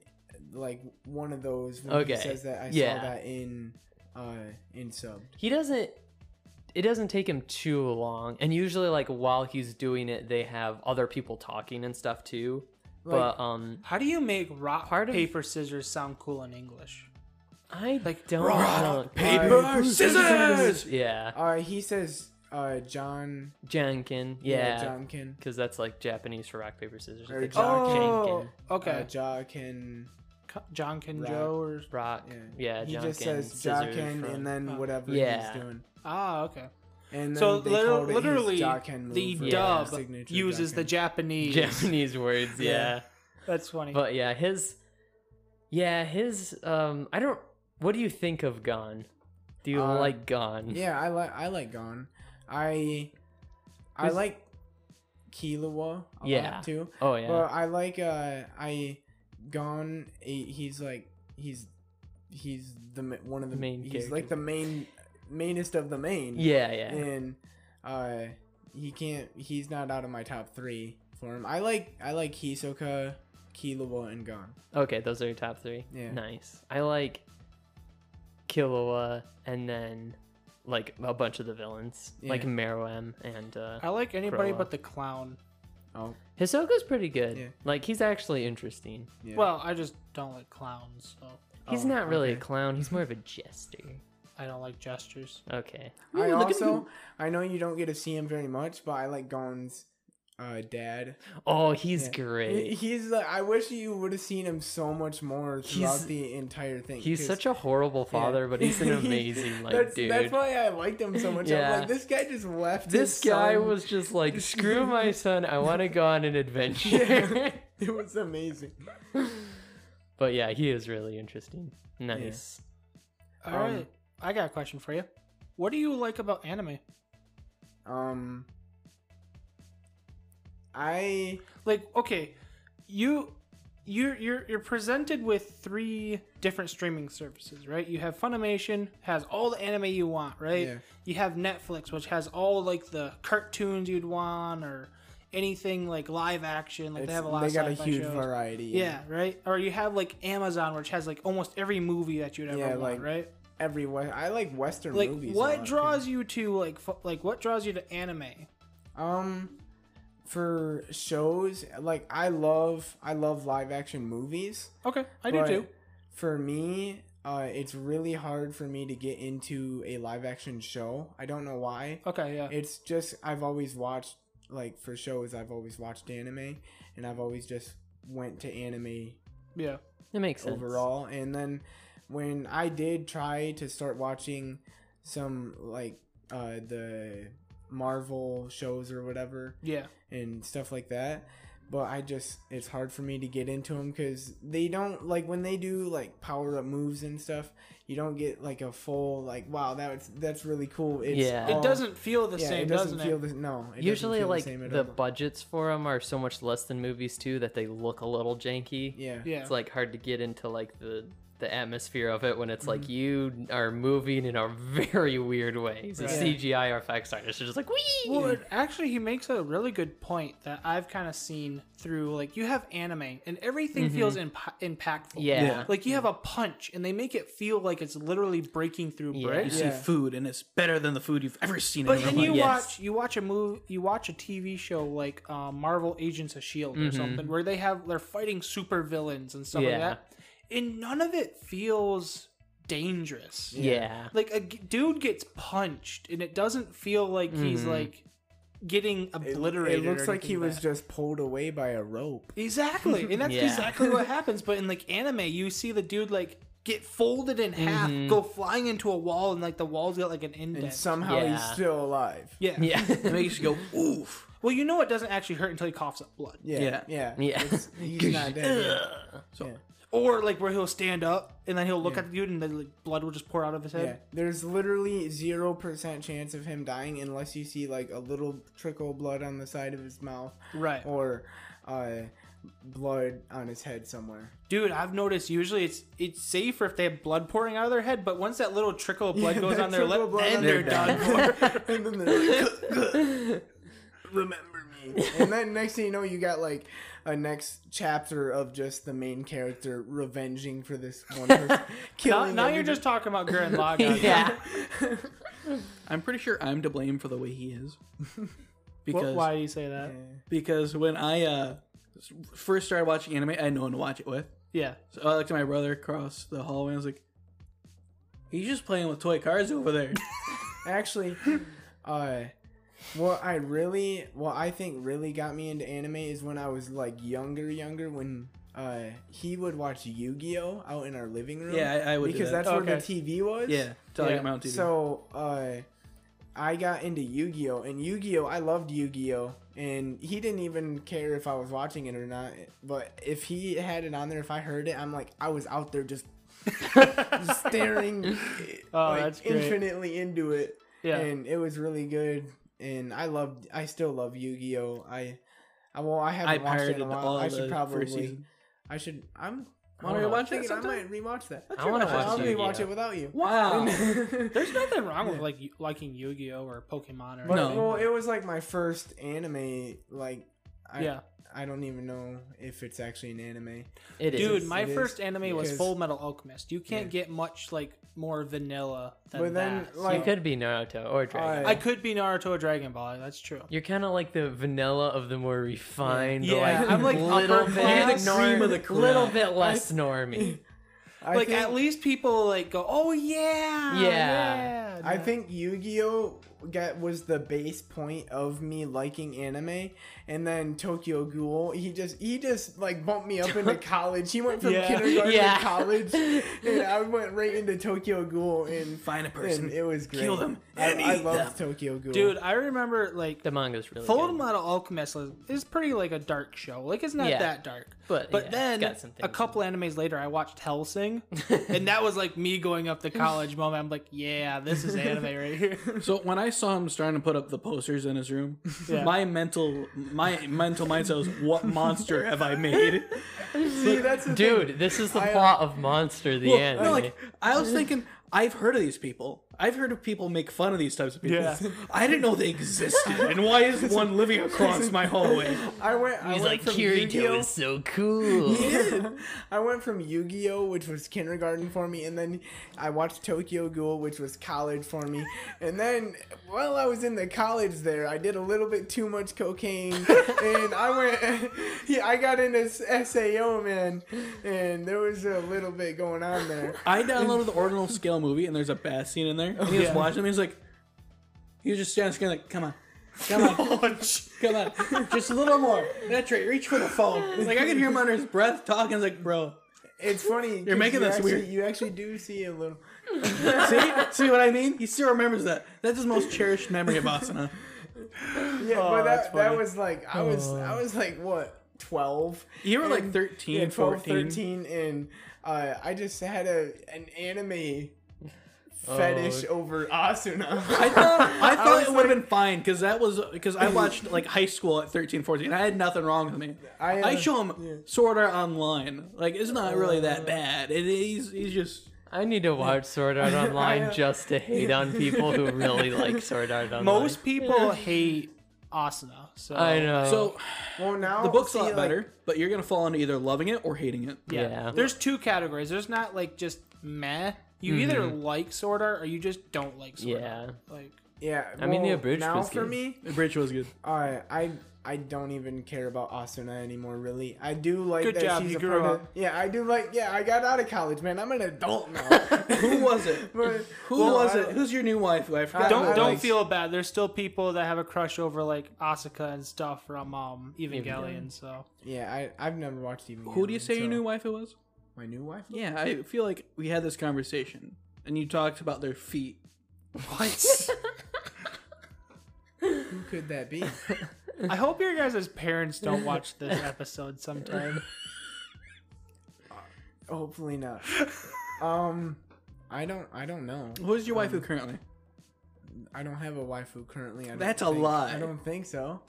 like one of those. When Okay. He says that I Yeah. saw that in uh in subbed. he doesn't it doesn't take him too long and usually like while he's doing it they have other people talking and stuff too but um how do you make rock Part of- paper scissors sound cool in english i Like, don't know paper, scissors! yeah Uh, he says uh John jankin yeah, yeah Johnkin because that's like japanese for rock paper scissors Or It's like Oh, jankin okay. uh, Johnkin. Co- John Ken Rock. Joe or rock yeah, Yeah, Oh. he jankin just says scissors Jockin for- and then Oh. whatever Yeah. he's doing. ah okay. And then so they liter- called it his literally, Jockin move the or his dub signature uses the Jockin. Japanese. japanese words yeah. That's funny. but yeah his yeah his um i don't what do you think of gun do you Uh, like gun Yeah, I like I like Gon. I I This- like Killua a Yeah. lot too. oh yeah But I like uh I Gon he, he's like he's he's the ma- one of the Main he's like the main mainest of the main. yeah yeah And uh he can't he's not out of my top 3 for him. I like I like Hisoka, Killua and Gon. Okay, those are your top three. Yeah. Nice. I like Killua and then like a bunch of the villains. Like Yeah. Meruem and uh I like anybody Cruella. but the clown. Oh, Hisoka's pretty good. Yeah. Like he's actually interesting. yeah. Well, I just don't like clowns, so He's Oh, not really a okay. clown, he's more of a jester. I don't like gestures. Okay. I Ooh, look at also him. I know you don't get to see him very much, but I like Gon's uh, dad. Oh, he's Yeah. He- great. He's like I wish you would have seen him so much more throughout He's- the entire thing. He's such a horrible father, but he's an amazing like that's, dude. That's why I liked him so much. I'm Yeah. like this guy just left. this his guy son. was just like, screw my son, I want to go on an adventure. It was amazing. but yeah, he is really interesting. Nice. All Um, right, I got a question for you. What do you like about anime? Um, I Like, okay, you you're you're you're presented with three different streaming services, right? You have Funimation has all the anime you want, right? Yeah. You have Netflix, which has all like the cartoons you'd want or anything like live action. Like it's- they have a lot. they of got a sci-fi huge shows. variety. Yeah, right. Or you have like Amazon, which has like almost every movie that you'd ever Yeah, want, like, right? every we- I like Western Like, movies. a lot, what too. draws you to like f- like what draws you to anime? Um, for shows like I love I love live action movies. Okay, I do but too. For me, uh, it's really hard for me to get into a live action show. I don't know why. Okay, yeah. It's just I've always watched like for shows I've always watched anime, and I've always just went to anime yeah. It makes sense. overall. And then when I did try to start watching some like uh, the Marvel shows or whatever, Yeah. and stuff like that. But I just, it's hard for me to get into them because they don't, like, when they do, like, power up moves and stuff, you don't get, like, a full, like, wow, that's, that's really cool. It's Yeah. It all- doesn't feel the Um, yeah, same, it doesn't, doesn't, feel it? the No. It Usually, doesn't feel like the, same the, at all. budgets for them are so much less than movies too that they look a little janky. Yeah. Yeah. it's like hard to get into like the the atmosphere of it when it's Mm-hmm. like you are moving in a very weird way. The Right. CGI or effects artists are just like wee. Well, it- actually, he makes a really good point that I've kind of seen through. Like, you have anime, and everything feels imp- impactful. Mm-hmm. Yeah. Yeah. Like you have a punch, and they make it feel like it's literally breaking through You bricks. see Yeah. food, and it's better than the food you've ever seen. But in then your you life. Yes. watch you watch a move you watch a TV show like um, Marvel Agents of Shield E or something where they have they're fighting super villains and stuff Mm-hmm. Yeah. like that, and none of it feels dangerous. yeah. Mm-hmm. Like a g- dude gets punched and it doesn't feel like he's like getting obliterated. It or looks like anything he was bad. just pulled away by a rope. Exactly. And that's Yeah. exactly what happens. But in like anime, you see the dude like get folded in half, Mm-hmm. go flying into a wall, and like the wall's got like an And index. somehow Yeah. he's still alive. yeah. Yeah. It makes you go, oof. Well, you know it doesn't actually hurt until he coughs up blood. Yeah. Yeah. Yeah. Yeah. It's- He's not dead. yet. Or like where he'll stand up and then he'll look at the dude and then like blood will just pour out of his Yeah, head. there's literally zero percent chance of him dying unless you see like a little trickle of blood on the side of his mouth Right. or uh, blood on his head somewhere. Dude, I've noticed usually it's it's safer if they have blood pouring out of their head, but once that little trickle of blood Yeah, goes that on their lip, trickle of blood then on they're their done. and then they're like, remember me. And then next thing you know, you got like a next chapter of just the main character revenging for this one person. now killing now you're everybody. just talking about Gurren Lagann. yeah. I'm pretty sure I'm to blame for the way he is. Wh- because Why do you say that? because when I uh, s- first started watching anime, I had no one to watch it with. Yeah. So I looked at my brother across the hallway and I was like, he's just playing with toy cars over there. Actually, uh, what I really, what I think really got me into anime is when I was like younger, younger when uh he would watch Yu-Gi-Oh out in our living room. Yeah, I- I would do because that. that's where the Okay. TV was. yeah, till I Yeah, got my own TV. So, uh, I got into Yu-Gi-Oh, and Yu-Gi-Oh, I loved Yu-Gi-Oh, and he didn't even care if I was watching it or not. But if he had it on there, if I heard it, I'm like, I was out there just staring, Oh, like, that's great. infinitely into it, Yeah. and it was really good. And I loved, I still love Yu-Gi-Oh. I, I well, I I haven't watched it in pirated a while. all I the should first probably, season. I should, I'm. Want to Hold on. rewatch Thinking that I sometime? might rewatch that. I want to watch I'll Yu-Gi-Oh. rewatch it without you. Wow. There's nothing wrong with like you- liking Yu-Gi-Oh or Pokemon or But, No. Well, it was like my first anime. Like, I, yeah. I don't even know if it's actually an anime. It is. Dude, my it is, first anime was because- Full Metal Alchemist. You can't get much like more vanilla than But then, that. like, you could be Naruto or Dragon. I- I could be Naruto or Dragon Ball. That's true. You're kind of like the vanilla of the more refined, Yeah, like, I'm like little upper bit, class. You're the cream of the crop. little bit less normy. I like think, at least people like go, "Oh yeah, Yeah. yeah." I think Yu-Gi-Oh got was the base point of me liking anime, and then Tokyo Ghoul. He just he just like bumped me up into college. He went from Yeah. kindergarten Yeah. to college, and I went right into Tokyo Ghoul. And Find a person. and it was great. Kill them. I, and I eat loved them. Tokyo Ghoul, dude, I remember like The manga's really Full good. Metal Alchemist is- is pretty like a dark show. Like it's not Yeah. that dark. But, but yeah, then it's got some a things. couple animes later, I watched Hellsing, and that was like me going up the college moment. I'm like, "Yeah, this is anime right here." So when I saw him starting to put up the posters in his room, Yeah. my mental my mental mindset was, "What monster have I made?" See, that's the thing. Dude, this is the I, uh, plot of Monster the Well, anime. No, like I was thinking, I've heard of these people. I've heard of people make fun of these types of people. Yeah. I didn't know they existed, and why is one living across my hallway? I went. I He's went like, from Kirito Yu-Gi-Oh. is so cool. I went from Yu-Gi-Oh, which was kindergarten for me, and then I watched Tokyo Ghoul, which was college for me. And then while I was in the college there, I did a little bit too much cocaine, and I went. Yeah, I got into s- Sao man, and there was a little bit going on there. I downloaded the ordinal scale movie, and there's a bath scene in there. And he was Yeah. watching. Him, he's like, he was just standing there, like, "Come on, come on, come on, just a little more." That's right. Reach for the phone. Like I can hear him under his breath talking. He's like, "Bro, It's funny. You're 'cause making you this actually- weird. You actually do see a little. see, see what I mean?" He still remembers that. That's his most cherished memory of Asana. Yeah, Oh, but that's that, that funny. was like I was I was like what twelve. You were like And- 13, yeah, 12, 14. 13, and uh, I just had a an anime fetish over Asuna. Oh. I thought, I thought was it would have been fine because that was because I watched like high school at 13, 14. And I had nothing wrong with me. I, I, uh, show him Sword Art Online. Like it's not really that bad. It, he's he's just I need to watch Sword Art Online just to hate on people who really like Sword Art Online. Most people hate Asuna, so I know. so well, now the book's a see, lot like, better, but you're gonna fall into either loving it or hating it. Yeah. Yeah. There's two categories. There's not like just meh. You either like Sword Art or you just don't like Sword Mm-hmm. Yeah. Art. Like Yeah, I mean, the well, abridged now was for good. me. The bridge was good. Uh, I I don't even care about Asuna anymore. Really, I do like Good that job, she's you a grew part up. Of, yeah, I do like. Yeah, I got out of college, man. I'm an adult now. Who was it? But- Who well, was I- it? Who's your new wife? I forgot. Don't I don't like- feel bad. There's still people that have a crush over like Asuka and stuff from um, Evangelion. So Yeah, I I've never watched even. Who do you say your new wife it was? My new wife. Yeah, I feel like we had this conversation, and you talked about their feet. what? Who could that be? I hope your guys' parents don't watch this episode sometime. Hopefully not. Um, I don't. I don't know. Who's your waifu currently? I don't have a waifu currently. I don't That's a think- lie. I don't think so.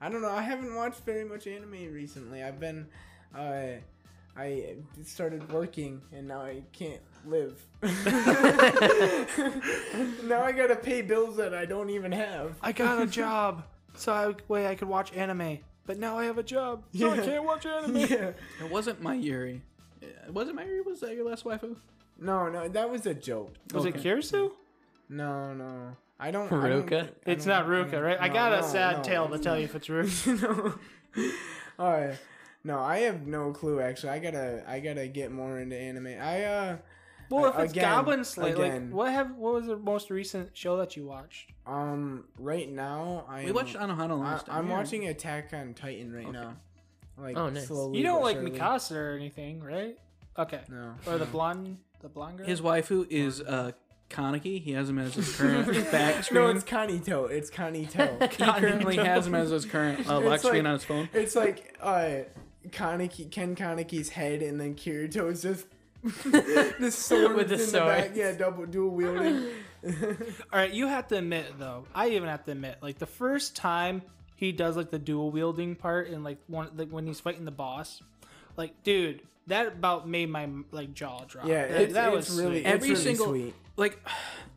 I don't know. I haven't watched very much anime recently. I've been, uh, I started working and now I can't live. now I gotta pay bills that I don't even have. I got a job, so I, way I could watch anime. But now I have a job, so I Yeah. can't watch anime. Yeah. It wasn't my Yuri. Yeah, Was it my Yuri? Was that your last waifu? No, no, that was a joke. Was it Okay. Kirsu? No, no. I don't. Haruka? I don't, I It's not don't- Ruka, don't- right? I no, got a no, sad no, tale to it's tell you if it's Ruka. no. Uh, no, I have no clue. Actually, I gotta, I gotta get more into anime. I uh, Well, if it's Again, Goblin Slayer, like again. what have what was the most recent show that you watched? um, right now I We watched Anohana I, last time. I'm yeah. watching Attack on Titan right now. Like, Oh, nice. slowly You don't but like surely. Mikasa or anything, right? Okay. No. Or the blonde, the blonde girl. His waifu is uh, Kaneki. He has him as his current back screen. No, it's Kanito. It's Kanito. he currently has him as his current uh, It's lock screen like- on his phone. it's like uh, Kaneki, Ken Kaneki's head, and then Kirito's just. the sword With the in sword. back. Yeah, double dual wielding. All right, you have to admit though. I even have to admit, like the first time he does like the dual wielding part and like one like when he's fighting the boss, like dude, that about made my like jaw drop. Yeah, that, it's, that it's was really sweet. it's Every really single- sweet. Like,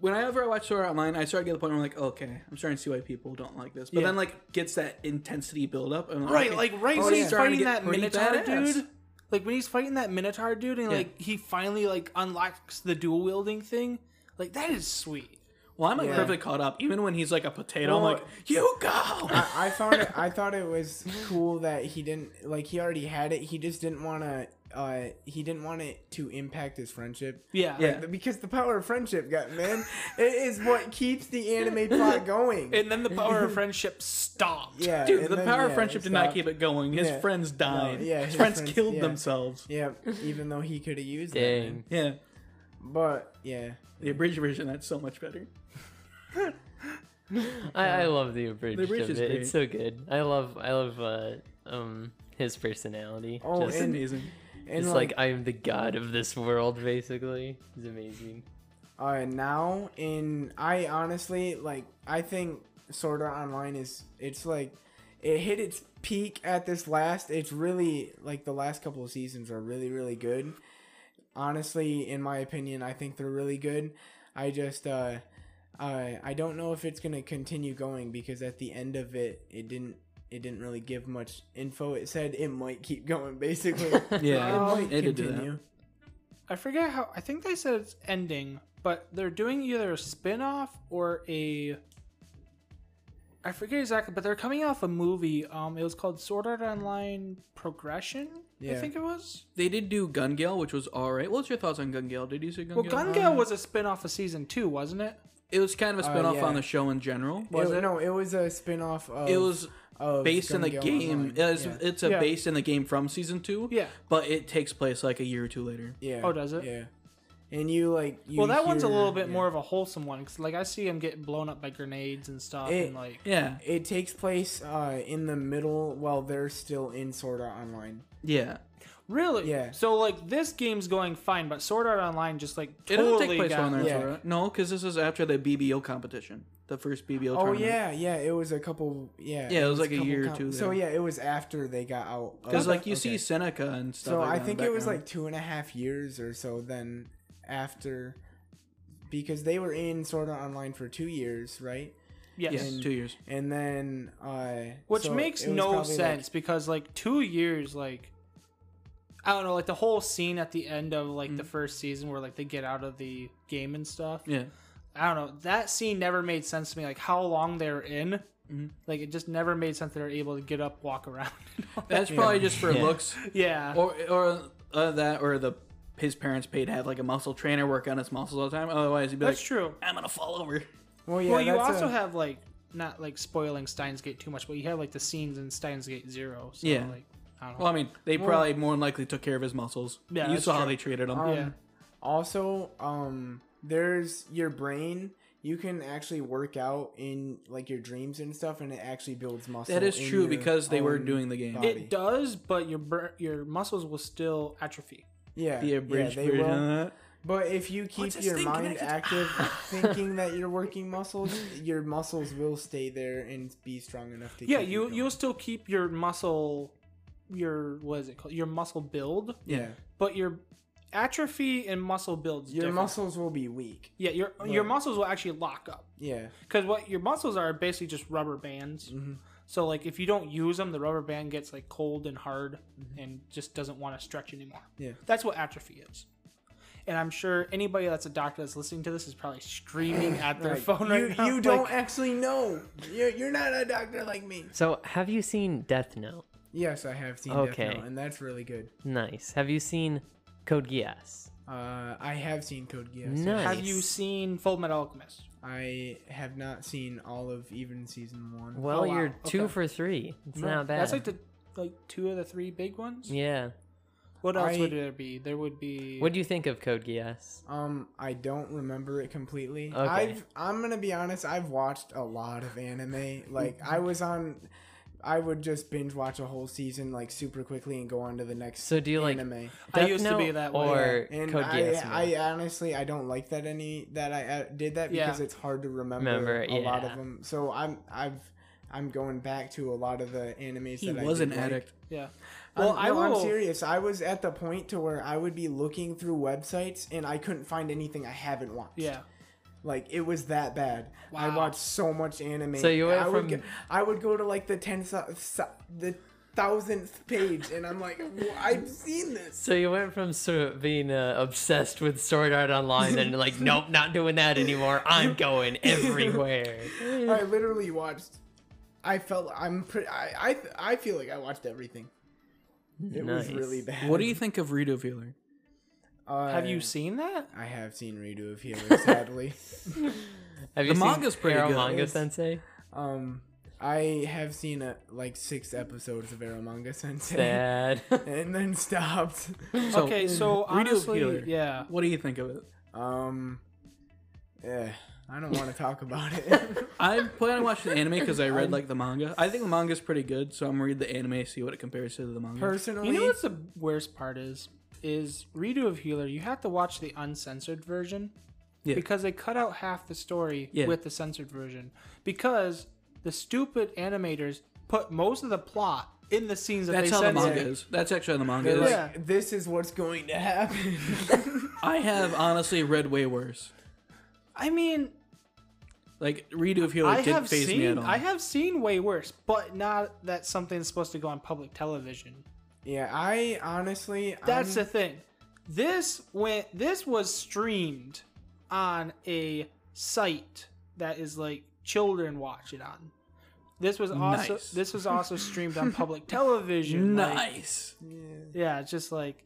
whenever I watch Sword Art Online, I start to get to the point where I'm like, okay, I'm starting to see why people don't like this. But Yeah. then, like, gets that intensity build up. And I'm right, okay. like right Oh, when yeah. he's Starting to fighting get that pretty minotaur badass. dude. Like when he's fighting that minotaur dude and like he finally like unlocks the dual wielding thing. Like that is sweet. Well, I'm like Yeah. perfectly caught up. Even when he's like a potato, I'm Well, like, you go. I, I found it. I thought it was cool that he didn't like. He already had it. He just didn't want to. Uh, he didn't want it to impact his friendship. Yeah. Yeah. Because the power of friendship, got man, it is what keeps the anime plot going. And then the power of friendship stopped. yeah, Dude, and the then, power of yeah, friendship it did not stopped. keep it going. His Yeah. friends died. yeah, his, his friends, friends- killed yeah. themselves. Yeah, even though he could have used it. Dang. Yeah. But yeah, The abridged version, that's so much better. I, Uh, I love the abridged abridged of is it. It's so good. I love I love uh, um his personality. Oh, just, It's and- amazing. and it's like, I'm the god of this world, basically. It's amazing. uh, now in I honestly like I think Sword Art Online is it's like it hit its peak at this last. It's really like the last couple of seasons are really really good. Honestly, in my opinion, I think they're really good. I just uh, I I don't know if it's gonna continue going because at the end of it, it didn't it didn't really give much info. It said it might keep going basically. Oh, it Yeah, might it did do that. continue. I forget how. I think they said it's ending, but they're doing either a spin off or a. I forget exactly, but they're coming off a movie. Um, it was called Sword Art Online Progression. I Yeah. think it was. They did do Gun Gale, which was all right. What's your thoughts on Gun Gale? Did you see Gun Well, Gale? Gun Gale was a spin off of season two, wasn't it? It was kind of a Uh, spinoff yeah. on the show in general. Was it, it? No, it was a spin off of. It was of based in the Gun Gale game. Online. It's, yeah. it's a Yeah. based in the game from season two. Yeah. but it takes place like a year or two later. Yeah. Oh, does it? Yeah. And you like. You well, that one's a hear- little bit yeah. more of a wholesome one because, like, I see him getting blown up by grenades and stuff, It- and like, Yeah, It takes place uh, in the middle while they're still in Sword Art Online. yeah. really, Yeah. So like, this game's going fine, but Sword Art Online just like It totally doesn't take place got- while they're in Yeah. Sora. No, because this is after the BBO competition, the first BBO. Oh tournament. yeah, yeah. It was a couple. Yeah. Yeah, it was like a couple year or two So there. yeah, it was after they got out. of- Because like you see Oh, Okay. Seneca and stuff. So like that I in the think it was background. like two and a half years or so. Then after, because they were in Sword Art Online for two years, right? Yes. yeah, two years. And then uh, Which so makes it was no probably, like, sense because like two years, like I don't know, like the whole scene at the end of like Mm. the first season where like they get out of the game and stuff. Yeah, I don't know. That scene never made sense to me. Like how long they're in, Mm-hmm. Like it just never made sense. They were able to get up, walk around. and all that. That's probably just for Yeah. looks, yeah. or or uh, that, or the his parents paid to have like a muscle trainer work on his muscles all the time. Otherwise, he'd be That's like, true. "I'm gonna fall over." Well, yeah. well, you that's also a- have like not like spoiling Steins Gate too much, but you have like the scenes in Steins Gate Zero. So, Yeah. Like, I don't know. Well, I mean, they probably more than likely took care of his muscles. Yeah, you that's saw how true. they treated him. yeah. Um, Also, um, there's your brain. You can actually work out in like your dreams and stuff, and it actually builds muscle. That is in true your because they were own doing the game. body. It does, but your bur- your muscles will still atrophy. yeah, The yeah, abridged they version will. of that. But if you keep this your thing mind connected? active, thinking that you're working muscles, your muscles will stay there and be strong enough to. Yeah, keep you going. you'll still keep your muscle, your what is it called? Your muscle build, yeah. but your atrophy and muscle builds. Your different. muscles will be weak. Yeah, your your muscles will actually lock up Yeah, mm-hmm. because what your muscles are are basically just rubber bands. So like if you don't use them, the rubber band gets like cold and hard and just doesn't want to stretch anymore. Mm-hmm. Yeah. that's what atrophy is. And I'm sure anybody that's a doctor that's listening to this is probably screaming at their Like, phone right you, now. You like, don't actually know. You're, you're not a doctor like me. So, have you seen Death Note? Yes, I have seen Okay. Death Note, and that's really good. Nice. Have you seen Code Geass? Uh, I have seen Code Geass. No. yes. Have you seen Full Metal Alchemist? I have not seen all of even season one. Well, Oh, wow. you're two Okay. for three. It's not bad. That's like the like two of the three big ones. yeah. What else I- would there be? There would be. What do you think of Code Geass? Um, I don't remember it completely. Okay. I've I'm gonna be honest. I've watched a lot of anime. Like I was on, I would just binge watch a whole season like super quickly and go on to the next. So do you like anime? I Death used to be Note that way. Or and Code I, Geass. more? I honestly I don't like that any that I uh, did that Yeah. because it's hard to remember, Remember, a lot yeah. of them. So I'm I've I'm going back to a lot of the animes He that I was did an like. addict. Yeah. Well, Well, I'm, I no, will. I'm serious. I was at the point to where I would be looking through websites and I couldn't find anything I haven't watched. Yeah. Like it was that bad. I Wow. watched so much anime. So you went I from- would go, I would go to like the ten so- so- the thousandth page and I'm like "Wh- I've seen this. So you went from sort of being uh, obsessed with Sword Art Online and like, nope, not doing that anymore. I'm going everywhere. Hmm. I literally watched. I felt I'm pretty. I I, I feel like I watched everything. It Nice. was really bad. What do you think of Redo Feeler? Uh, Have you seen that? I have seen Redo of Healer. Sadly, Have you The seen manga's pretty Arrow good. Manga It's- Sensei? um, I have seen uh like six episodes of Arrow Manga Sensei. Bad. and then stopped. So, okay, so Redo honestly, Feeler. yeah. What do you think of it? Um, eh, I don't want to talk about it. I plan on watching the anime because I read like the manga. I think the manga's pretty good, so I'm gonna read the anime, see what it compares to the manga. Personally, You know what's the worst part is? Is Redo of Healer, you have to watch the uncensored version Yeah. because they cut out half the story Yeah. with the censored version because the stupid animators put most of the plot in the scenes that That's they how the censored. manga is. That's actually how the manga they're is. like, Yeah. this is what's going to happen. I have honestly read way worse. I mean, Like Redo of Healer I didn't have phase me seen at all. I have seen way worse, but not that something's supposed to go on public television. yeah, I honestly, That's Um, I'm, the thing. This went. This was streamed on a site that is like children watch it on. This was also Nice. this was also streamed on public television. like- nice. yeah, it's just like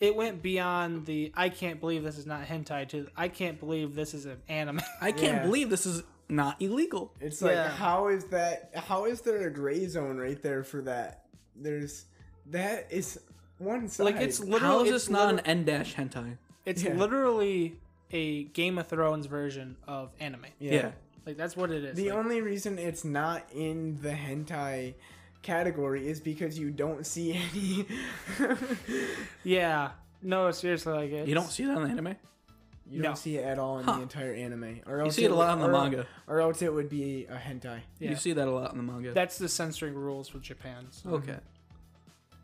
it went beyond the I can't believe this is not hentai to I can't believe this is an anime. I can't Yeah. believe this is not illegal. it's like, yeah. how is that? How is there a gray zone right there for that? There's that is one side. like it's How literally is it's, this not an liter- N dash hentai? it's Yeah. literally a Game of Thrones version of anime. Yeah. Like that's what it is. The Like, only reason it's not in the hentai category is because you don't see any. yeah. No, seriously, like it's, You don't see that on the anime. You No. don't see it at all in the entire anime. Or else see it a would- lot in the or- manga. Or else it would be a hentai. Yeah. You see that a lot in the manga. That's the censoring rules for Japan. So, okay.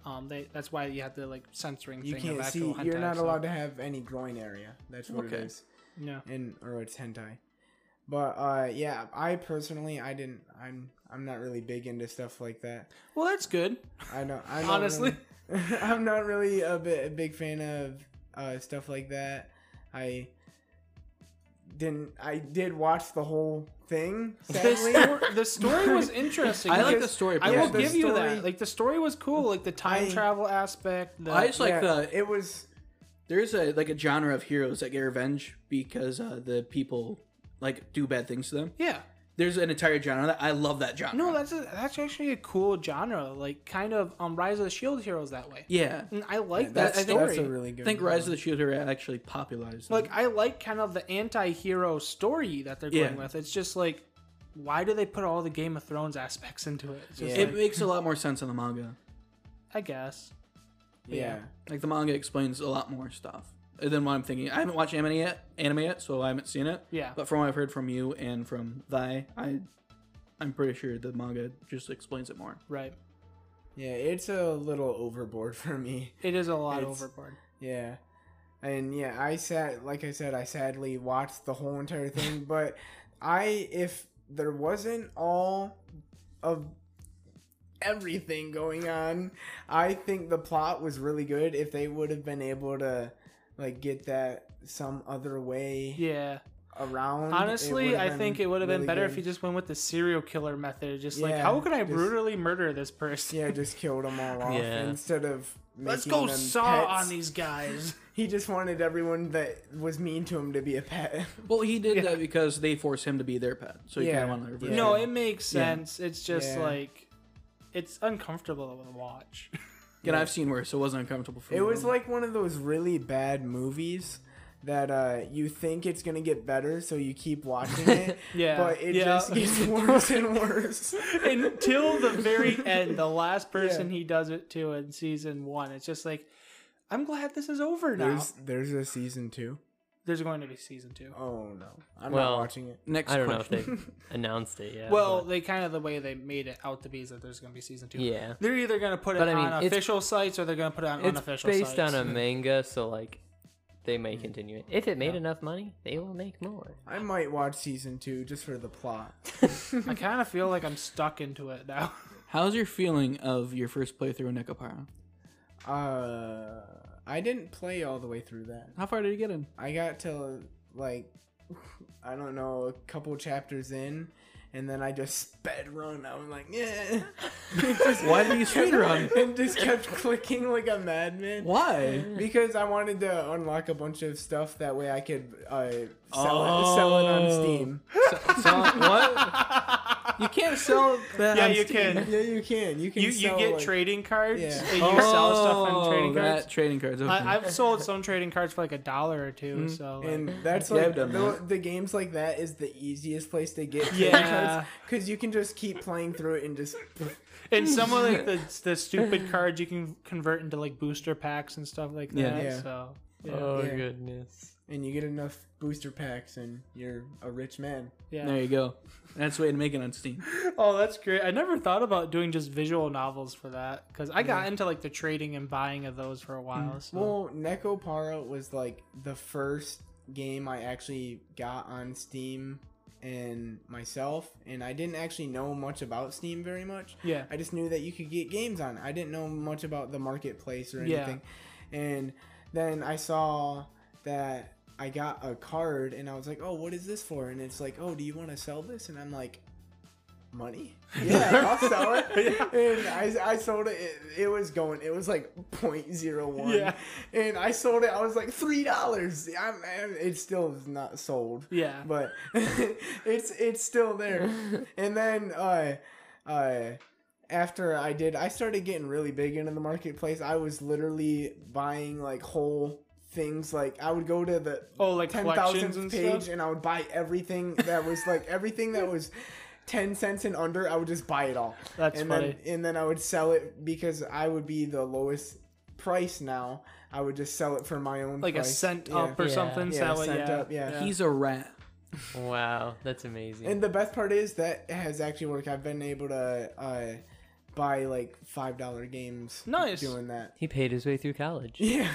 um, they that's why you have the like censoring You thing can't of see. actual hentai. You're not so- allowed to have any groin area. That's what Okay. it is. No. And or it's hentai. But uh, yeah, I personally, I didn't. I'm I'm not really big into stuff like that. Well, that's good. I don't. I'm Honestly. not really, I'm not really a, bi- a big fan of uh, stuff like that. I didn't. I did watch the whole thing. The, Sadly, stor- the story was interesting. I like because- the story. I Yeah, will the give you story- Mm. that. Like the story was cool. Like the time I- travel aspect. The, I just like the it was. there's a like a genre of heroes that get revenge because uh, the people like do bad things to them. yeah. There's an entire genre that I love that genre. No, that's a, that's actually a cool genre. Like kind of um, Rise of the Shield heroes that way. yeah. And I like that. That's, I think that's a really I good. think Rise of the Shield Hero actually popularized. like I like kind of the anti-hero story that they're going Yeah. with. It's just like why do they put all the Game of Thrones aspects into it? It's just Yeah. like, it makes a lot more sense in the manga. I guess. yeah. Like the manga explains a lot more stuff than what I'm thinking. I haven't watched anime yet, anime yet, so I haven't seen it. Yeah. But from what I've heard from you and from Thy, I, I'm pretty sure the manga just explains it more. Right. yeah, It's a little overboard for me. It is a lot It's- overboard. Yeah. And yeah, I sat like I said, I sadly watched the whole entire thing, but I if there wasn't all of everything going on, I think the plot was really good if they would have been able to like get that some other way Yeah. around. it Honestly, would've I been think it would have been really better good. if you just went with the serial killer method. Just like Yeah, how could I just- brutally murder this person? yeah, just killed them all off Yeah. instead of making Let's go them saw pets. on these guys. He just wanted everyone that was mean to him to be a pet. Well, he did Yeah. that because they force him to be their pet, so he Yeah. kind of wanted to reverse Yeah. No, it. it makes sense. It's just Yeah. like it's uncomfortable to watch. And I've seen worse, so it wasn't uncomfortable for It me. was like one of those really bad movies that uh, you think it's gonna get better, so you keep watching it. Yeah. But it Yeah. just gets worse and worse. until the very end, the last person Yeah. he does it to in season one. It's just like, I'm glad this is over now. There's There's, there's a season two. going to be season two. Oh no, I'm Well, not watching it. next. I don't question. know if they announced it yet. well, they kind of the way they made it out to be is that there's going to be season two. but- yeah. They're either going to put it But I mean, on it's- official sites or they're going to put it on It's unofficial based sites. on a manga, so like they Hmm. may continue it. If it made enough money, they will make more. I might watch season two just for the plot. I kind of feel like I'm stuck into it now. How's your feeling of your first playthrough of Nekopara? Uh, I didn't play all the way through that. How far did you get in? I got to like I don't know a couple chapters in, and then I just sped run. I was like, yeah. Just- Why did you speed run? and just kept clicking like a madman. Why? Because I wanted to unlock a bunch of stuff that way I could uh, sell, it, sell it on Oh. Steam. Sell- what? Oh. You can't sell that. yeah, on you Steam. can. Yeah, you can. You can. You, you sell, get like- trading cards Yeah. and you sell stuff Oh, on trading Oh, that cards. Trading cards. Okay. I, I've sold some trading cards for like a dollar or 2 Mm-hmm. So like- And that's Yeah, I've like done the, the games like that is the easiest place to get trading Yeah. cards because you can just keep playing through it and just And some of like the, the stupid cards you can convert into like booster packs and stuff like that. Yeah. Yeah. So yeah. Oh Yeah. goodness. and you get enough booster packs and you're a rich man. yeah. There you go. That's the way to make it on Steam. Oh, that's great. I never thought about doing just visual novels for that because I got into like the trading and buying of those for a while. So Mm. Well, Necopara was like the first game I actually got on Steam and myself, and I didn't actually know much about Steam very much. yeah, I just knew that you could get games on. it. I didn't know much about the marketplace or Yeah. anything. And then I saw that I got a card and I was like, "Oh, what is this for?" And it's like, "Oh, do you want to sell this?" And I'm like, "Money? Yeah, I'll sell it." And I, I sold it. it. It was going. It was like 0.01. Yeah. And I sold it. I was like three dollars. I'm, I'm- It still is not sold yeah. but it's it's still there. And then uh uh after I did I started getting really big into the marketplace. I was literally buying like whole things like I would go to the oh, like ten collections thousandth and page stuff. and I would buy everything that was like everything that was ten cents and under, I would just buy it all. That's and funny. then and then I would sell it because I would be the lowest price now. I would just sell it for my own Like a price. cent Yeah. up or Yeah. something. Yeah, so that way, cent yeah. up, yeah. He's a rat. Wow, that's amazing. And the best part is that has actually worked. I've been able to uh, buy like five dollar games. Nice. doing that. he paid his way through college. Yeah,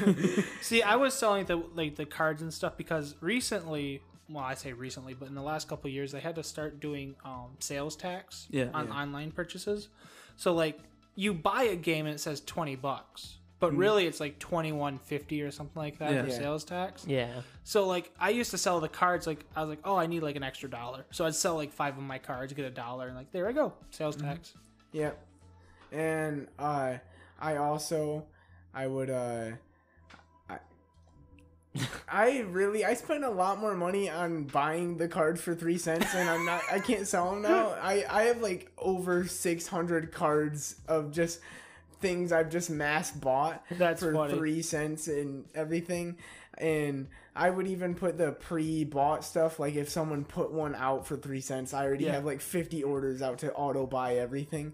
See, I was selling the like the cards and stuff because recently, well, I say recently, but in the last couple of years, they had to start doing um, sales tax Yeah. on Yeah. online purchases. So like, you buy a game and it says twenty bucks, but really it's like 2150 or something like that Hmm. Yeah. for Yeah. sales tax. Yeah. So like I used to sell the cards like I was like, "Oh, I need like an extra dollar." So I'd sell like 5 of my cards, get a dollar and like, "There I go. Sales Mm-hmm. tax." Yep. And uh, I also, I would, uh, I, I really, I spent a lot more money on buying the card for three cents, and I'm not, I can't sell them now. I, I have like over six hundred cards of just things I've just mass bought That's for funny. three cents and everything. And I would even put the pre-bought stuff. Like if someone put one out for three cents, I already Yeah. have like fifty orders out to auto buy everything.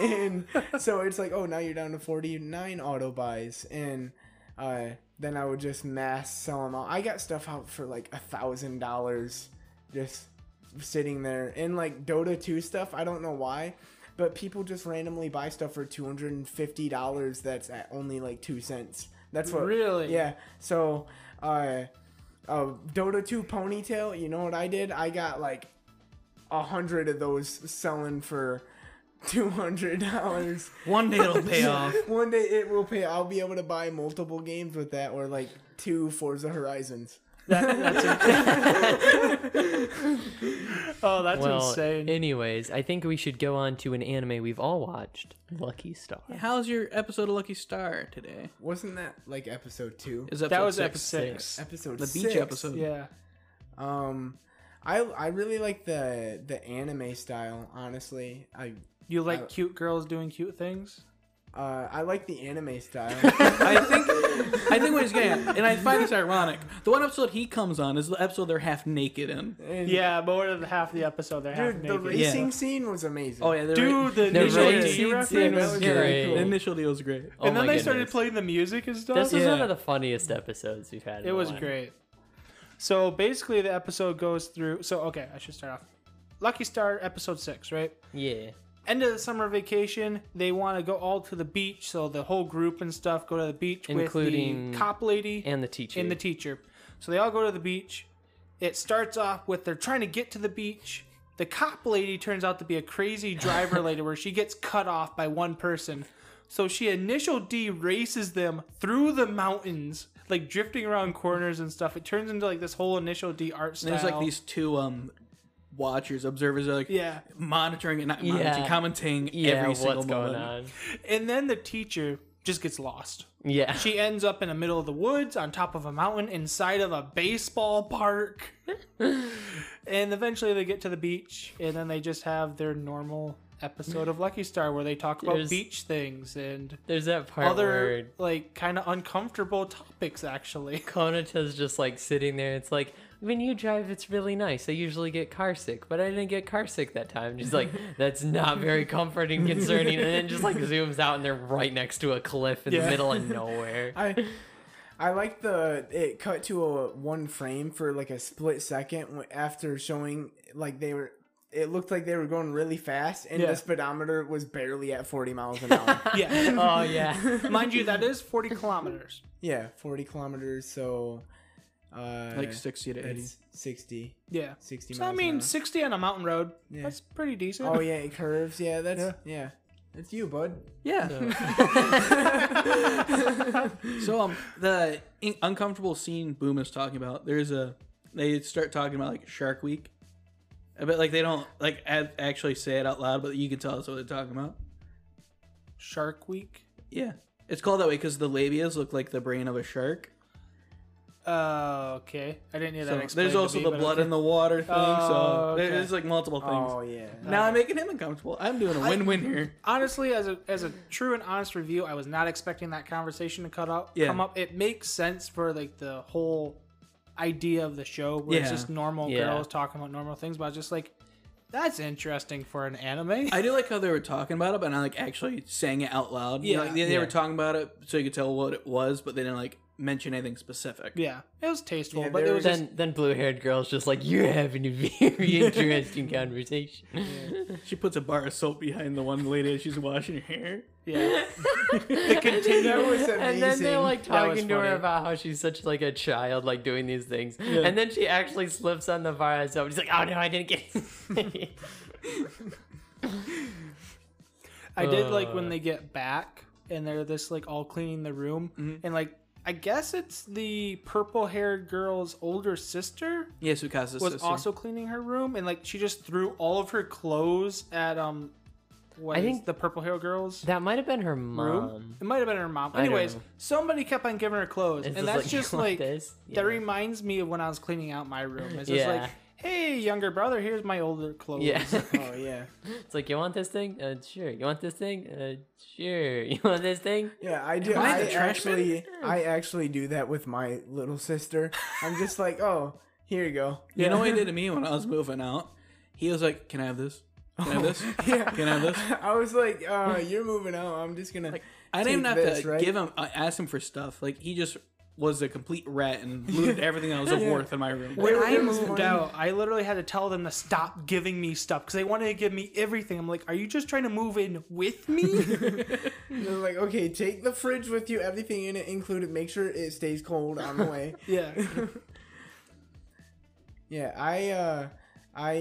and so it's like, oh, now you're down to forty-nine auto buys, and uh, then I would just mass sell them out. I got stuff out for like a thousand dollars, just sitting there. And like Dota 2 stuff, I don't know why, but people just randomly buy stuff for two hundred and fifty dollars. That's at only like two cents. That's what Really? yeah. So, uh, uh, Dota 2 ponytail. You know what I did? I got like a hundred of those selling for two hundred dollars. One day it'll pay off. One day it will pay. I'll be able to buy multiple games with that, or like two Forza Horizons. Oh, that's Well, insane. anyways, I think we should go on to an anime we've all watched, Lucky Star. How's your episode of Lucky Star today? Wasn't that like episode two? Is episode that was six. episode 6. Episode The beach six. episode. Yeah. Um, I I really like the the anime style. Honestly, I You like Oh. cute girls doing cute things? uh, I like the anime style. I think I think what he's getting at, and I find this ironic. The one episode he comes on is the episode they're half naked in. And- Yeah, more than half the episode they're half Dude, the naked. Yeah. racing scene was amazing. Oh yeah, they're Dude, the The initial raid D scene reference. was yeah, great. the initial deal was great. Oh and then my they started goodness. playing the music and stuff. This is Yeah. one of the funniest episodes we've had. in it a was while. great. So basically, the episode goes through. So okay, I should start off. Lucky Star episode six, right? Yeah. End of the summer vacation. They want to go all to the beach, so the whole group and stuff go to the beach, Including- with the cop lady And the teacher. and the teacher. So they all go to the beach. It starts off with they're trying to get to the beach. The cop lady turns out to be a crazy driver later where she gets cut off by one person. So she initial D races them through the mountains, like drifting around corners and stuff. It turns into like this whole initial D art style. And there's like these two um watchers, observers are like Yeah. monitoring and not monitoring, Yeah. commenting yeah, every what's single going moment. on? And then the teacher just gets lost. Yeah. She ends up in the middle of the woods, on top of a mountain, inside of a baseball park. and eventually they get to the beach, and then they just have their normal episode of Lucky Star where they talk about There's- beach things and There's that part other, where like, kind of uncomfortable topics, actually. Konata's just like sitting there. It's like, when you drive, it's really nice. I usually get car sick, but I didn't get car sick that time. She's like, that's not very comforting, concerning. And then just like zooms out and they're right next to a cliff in the Yeah. middle of nowhere. I I like the it cut to a one frame for like a split second w- after showing like they were. It looked like they were going really fast, and Yeah. the speedometer was barely at forty miles an hour. Yeah. oh, yeah. Mind you, that is 40 kilometers. yeah, forty kilometers. So, uh, Like sixty to eighty. that's 60, Yeah. 60 So, miles. I mean, an 60 on a mountain road, Yeah. that's pretty decent. hour. oh yeah, it curves. Yeah, that's yeah. That's you, bud. Yeah. so um the in- uncomfortable scene boom is talking about there's a they start talking about like shark week but like they don't like a- actually say it out loud but you can tell us what they're talking about Shark Week. yeah it's called that way because the labias look like the brain of a shark Uh, okay. I didn't hear So that. there's also the blood in the water thing Oh, so there- okay. there's like multiple things Oh yeah. now i'm making him uncomfortable i'm doing a win-win here honestly, as a as a true and honest review, I was not expecting that conversation to cut up Yeah. come up. It makes sense for like the whole idea of the show where it's Yeah. just normal Yeah. girls talking about normal things, but I was just like, that's interesting for an anime. I do like how they were talking about it, but not like actually saying it out loud. Yeah, Yeah. like, they, they were Yeah. talking about it so you could tell what it was, but they didn't like mention anything specific. yeah, it was tasteful, Yeah, but there it was then just, then blue haired girl's just like, you're having a very interesting conversation. She puts a bar of soap behind the one lady as she's washing her hair. yeah, That was amazing. And then they're like That was talking to her funny. about how she's such like a child, like doing these things. And then she actually slips on the bar and She's like, "Oh no, I didn't get." it." I did like when they get back and they're this like all cleaning the room Mm-hmm. and like I guess it's the purple haired girl's older sister Yes, Ukasa's was sister. also cleaning her room and like she just threw all of her clothes at um what I is think- the purple hair girls That might have been her mom. room. it might have been her mom. I don't Anyways, know. somebody kept on giving her clothes, It's and that's just like, just you want like this? Yeah. that reminds me of when I was cleaning out my room. It's just Yeah. like, hey, younger brother, here's my older clothes. Yeah. Oh yeah, it's like you want this thing? Uh, sure. You want this thing? Uh, sure. You want this thing? yeah. I do. Am I I, the trash man? Hmm. actually, I actually do that with my little sister. I'm just like, oh, here you go. You know what he did to me when I was moving out? He was like, "Can I have this? Can I have this? Yeah. Can I have this?" I was like, uh, you're moving out. I'm just gonna. I Take didn't even have this, to right? give him, uh, ask him for stuff. Like he just was a complete rat and looted everything that was of worth in my room. When It- I it was moved funny. out, I literally had to tell them to stop giving me stuff because they wanted to give me everything. I'm like, are you just trying to move in with me? They're like, okay, take the fridge with you, everything in it included. Make sure it stays cold on the way. yeah. Yeah, I uh I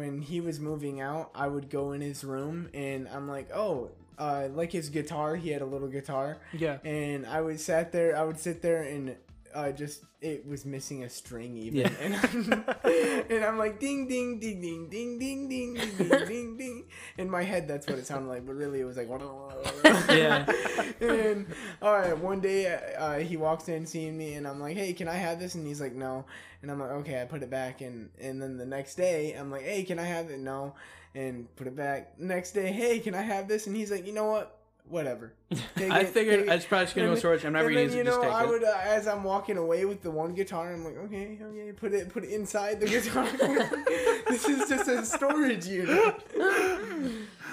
when he was moving out, I would go in his room and I'm like, "Oh, uh like his guitar, he had a little guitar." Yeah. And I would sat there, I would sit there and uh, just it was missing a string even, Yeah. and, I'm, and I'm like ding ding ding ding ding ding ding ding ding ding ding. In my head, that's what it sounded like, but really it was like Yeah. and all right, one day uh, he walks in seeing me, and I'm like, "Hey, can I have this?" And he's like, "No." And I'm like, "Okay," I put it back, and and then the next day I'm like, "Hey, can I have it?" No, and put it back. Next day, "Hey, can I have this?" And he's like, "You know what? Whatever." Take I it, figured take I it." was probably just gonna go And storage. I'm never and gonna then, use it. you Just know, take I it. would uh, as I'm walking away with the one guitar, I'm like, okay, okay, put it, put it inside the guitar. this is just a storage unit.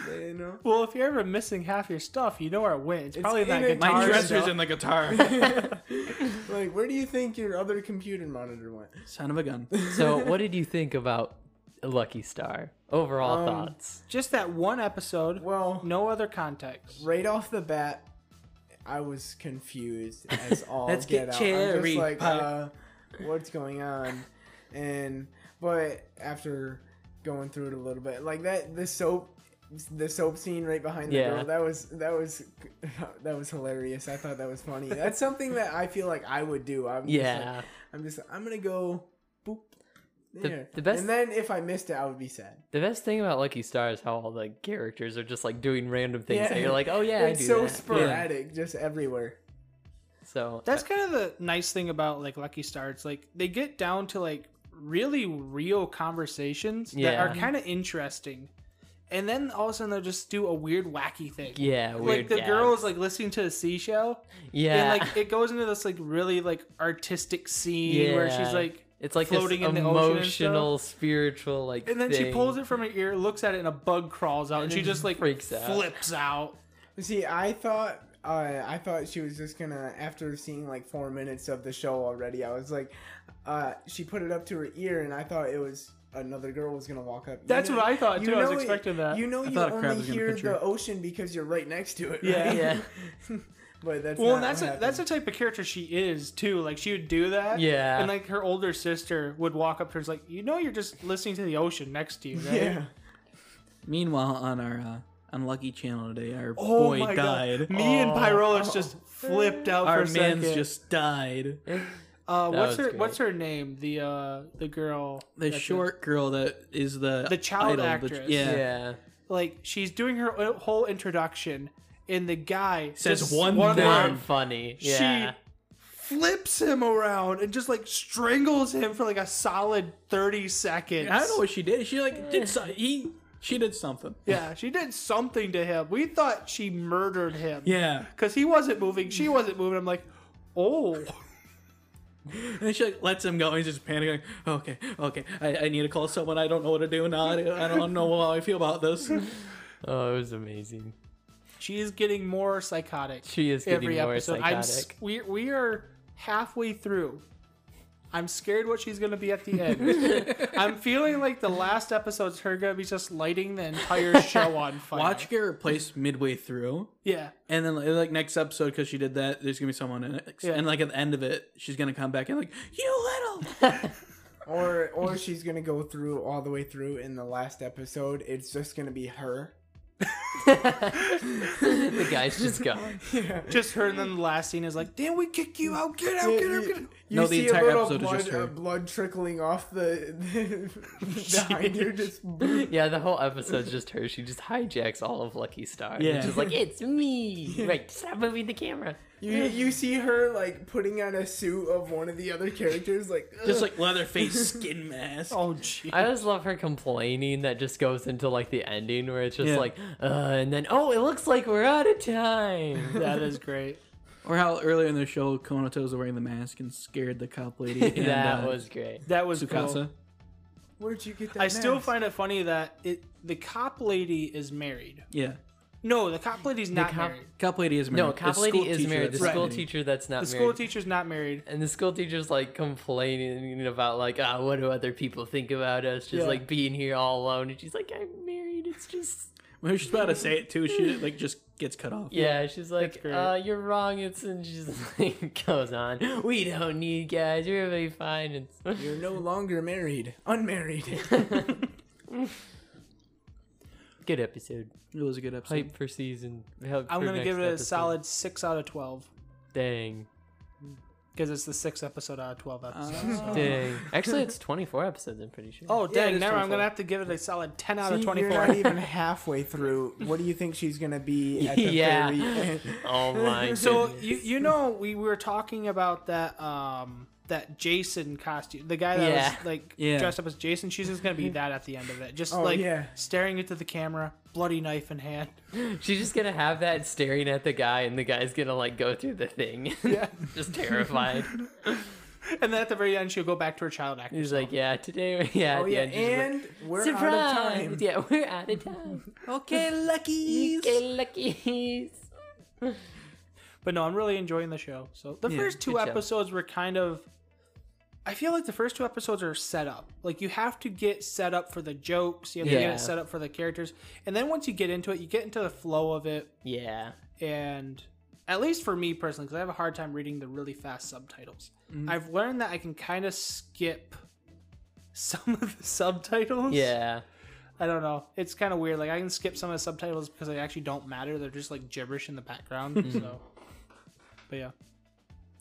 you know. Well, if you're ever missing half your stuff, you know where it went. It's, probably in that in a- My guitar. My Guitars, dresser's though. in the guitar. Like, where do you think your other computer monitor went? Son of a gun. So, what did you think about Lucky Star? Overall Um, thoughts? Just that one episode. Well, no other context. right off the bat, I was confused as all Let's get, get out. I'm cherry just like, pie. uh, what's going on? And but after going through it a little bit, like that, the soap, the soap scene right behind the Yeah. girl, that was that was that was hilarious. I thought that was funny. That's something that I feel like I would do. I'm just like- Yeah. I'm just I'm gonna go boop. The- There. the best- and then if I missed it, I would be sad. The best thing about Lucky Star is how all the characters are just like doing random things. Yeah. that you're like, oh yeah, I it's do so that. sporadic, just everywhere. so That's kind of the nice thing about like Lucky Star. It's like they get down to like really real conversations that Yeah. are kind of interesting, and then all of a sudden they'll just do a weird wacky thing. yeah, weird. like the gags. girl is like listening to a seashell, yeah, and like it goes into this like really like artistic scene where Yeah. she's like, it's like floating this in the ocean and emotional, spiritual like. and then she thing. pulls it from her ear, looks at it, and a bug crawls out, and, she just like freaks out. flips out. See, I thought uh, I thought she was just gonna after seeing like four minutes of the show already. I was like, uh, she put it up to her ear, and I thought it was another girl was gonna walk up. You That's know- what I thought you too. I was know it- expecting that. You know, you thought a crab only was gonna hear pinch her. the ocean because you're right next to it. Yeah. right? Yeah, but that's Well, not and that's what a, that's the happened. type of character she is too. Like she would do that. Yeah. And like her older sister would walk up to her and is like, you know, you're just listening to the ocean next to you, right? yeah. Meanwhile, on our uh, unlucky channel today, our Oh boy my died. Oh. god. Me and Pyrolas just flipped out Our for a man's second. just died. uh, That what's was her great. What's her name? The uh, the girl. The that's short girl that is the The child idol, the- actress. yeah. yeah. like she's doing her o- whole introduction, and the guy Says just one thing. Not line, funny. She Yeah. flips him around and just like strangles him for like a solid thirty seconds. I don't know what she did. She like did so- he she did something. Yeah, she did something to him. We thought she murdered him. Yeah. Because he wasn't moving, she wasn't moving. I'm like, oh. And then she like lets him go. And he's just panicking. Okay, okay. I, I need to call someone. I don't know what to do now. I, I don't know how I feel about this. Oh, it was amazing. She is getting more psychotic. She is getting every more episode. I'm s- psychotic. we, we are halfway through. I'm scared what she's going to be at the end. I'm feeling like the last episode's her going to be just lighting the entire show on fire. Watch get replaced midway through, Yeah. and then like next episode because she did that. There's gonna be someone in it, Yeah. and like at the end of it, she's gonna come back and like you little. Or or she's gonna go through all the way through in the last episode. It's just gonna be her. the guy's just gone. Yeah. Just her, and then the last scene is like, "Damn, we kick you out! Get out! Get out! Get out!" You No, the see entire a little episode is blood, just her. uh, blood trickling off the, the behind her. Just Yeah, the whole episode's just her. She just hijacks all of Lucky Star. Yeah. Yeah. She's like, it's me. Right, stop moving the camera. you, you see her like putting on a suit of one of the other characters, like Just like Leatherface skin mask. Oh, gee. I always love her complaining that just goes into like the ending where it's just Yeah. like, uh, and then, oh, it looks like we're out of time. That is great. Or how earlier in the show, Konato was wearing the mask and scared the cop lady. and, that uh, was great. That was cool. Tsukasa. where'd you get that? I still mask? find it funny that it the cop lady is married. Yeah, No, the cop lady's not cop- married. cop lady is married. No, cop The lady school is teacher, married. The that's right. school teacher that's not The married. school teacher's not married. and the school teacher's like complaining about like, ah, what do other people think about us? Just Yeah. like being here all alone. And she's like, I'm married. It's just When she's about to say it too, she like just gets cut off. Yeah, she's like, great. uh, you're wrong. It's and she's like, goes on. We don't need guys. You're really fine. It's You're no longer married, unmarried. good episode. It was a good episode. Hype for season. Hype I'm for gonna next give it a episode. solid six out of twelve Dang, because it's the sixth episode out of twelve episodes. Uh, so. dang. Actually, it's 24 episodes. I'm pretty sure. Oh Yeah, it dang! is never. I'm 24. gonna have to give it a solid ten out See, of you're twenty-four. not even halfway through. What do you think she's gonna be at the Yeah. very end? oh my. So goodness. you you know we were talking about that um that Jason costume, the guy that Yeah. was like Yeah. dressed up as Jason. She's just gonna be that at the end of it, just Oh, like yeah. staring into the camera, bloody knife in hand. she's just gonna have that staring at the guy, and the guy's gonna like go through the thing. Yeah. just terrified. And then at the very end, she'll go back to her child actor. He's like, yeah, today, we're- yeah, Oh at the yeah, end, she's just like, and we're Surprise! out of time. Yeah, we're out of time. Okay, lucky. okay, luckies. But no, I'm really enjoying the show. So the Yeah, first two good show. episodes were kind of. I feel like the first two episodes are set up. Like you have to get set up for the jokes, you have to get Yeah. it set up for the characters, and then once you get into it, you get into the flow of it. Yeah. and at least for me personally because i have a hard time reading the really fast subtitles Mm-hmm. i've learned that i can kind of skip some of the subtitles Yeah. i don't know it's kind of weird like i can skip some of the subtitles because they actually don't matter they're just like gibberish in the background Mm-hmm. so but yeah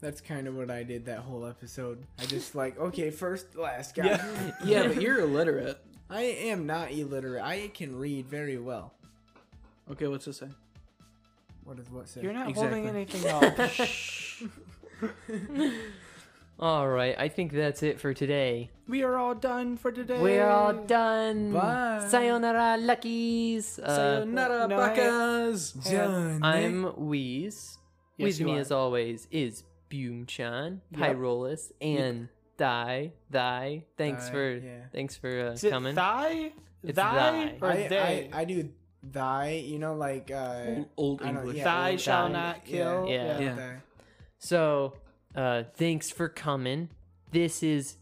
That's kind of what I did that whole episode. I just like, okay, first, last, guy. yeah, but you're illiterate. I am not illiterate. I can read very well. Okay, what's this say? What does what say? you're not holding anything Exactly. up All right, I think that's it for today. we are all done for today We're all done. Bye. Sayonara, luckies. Uh, Sayonara, no, I- bakas. Done. I'm Wheeze. Yes, With you me, are. as always, is Boomchan, Pyrolis, and Thy. Thy. Thanks Thy, for yeah. thanks for is uh, it coming. thigh It's thy, thy. or I, they I, I do thy, you know, like, uh, Old I don't- English. yeah. thy shall Thy. not kill Yeah. Yeah. thy. So, uh, thanks for coming. This is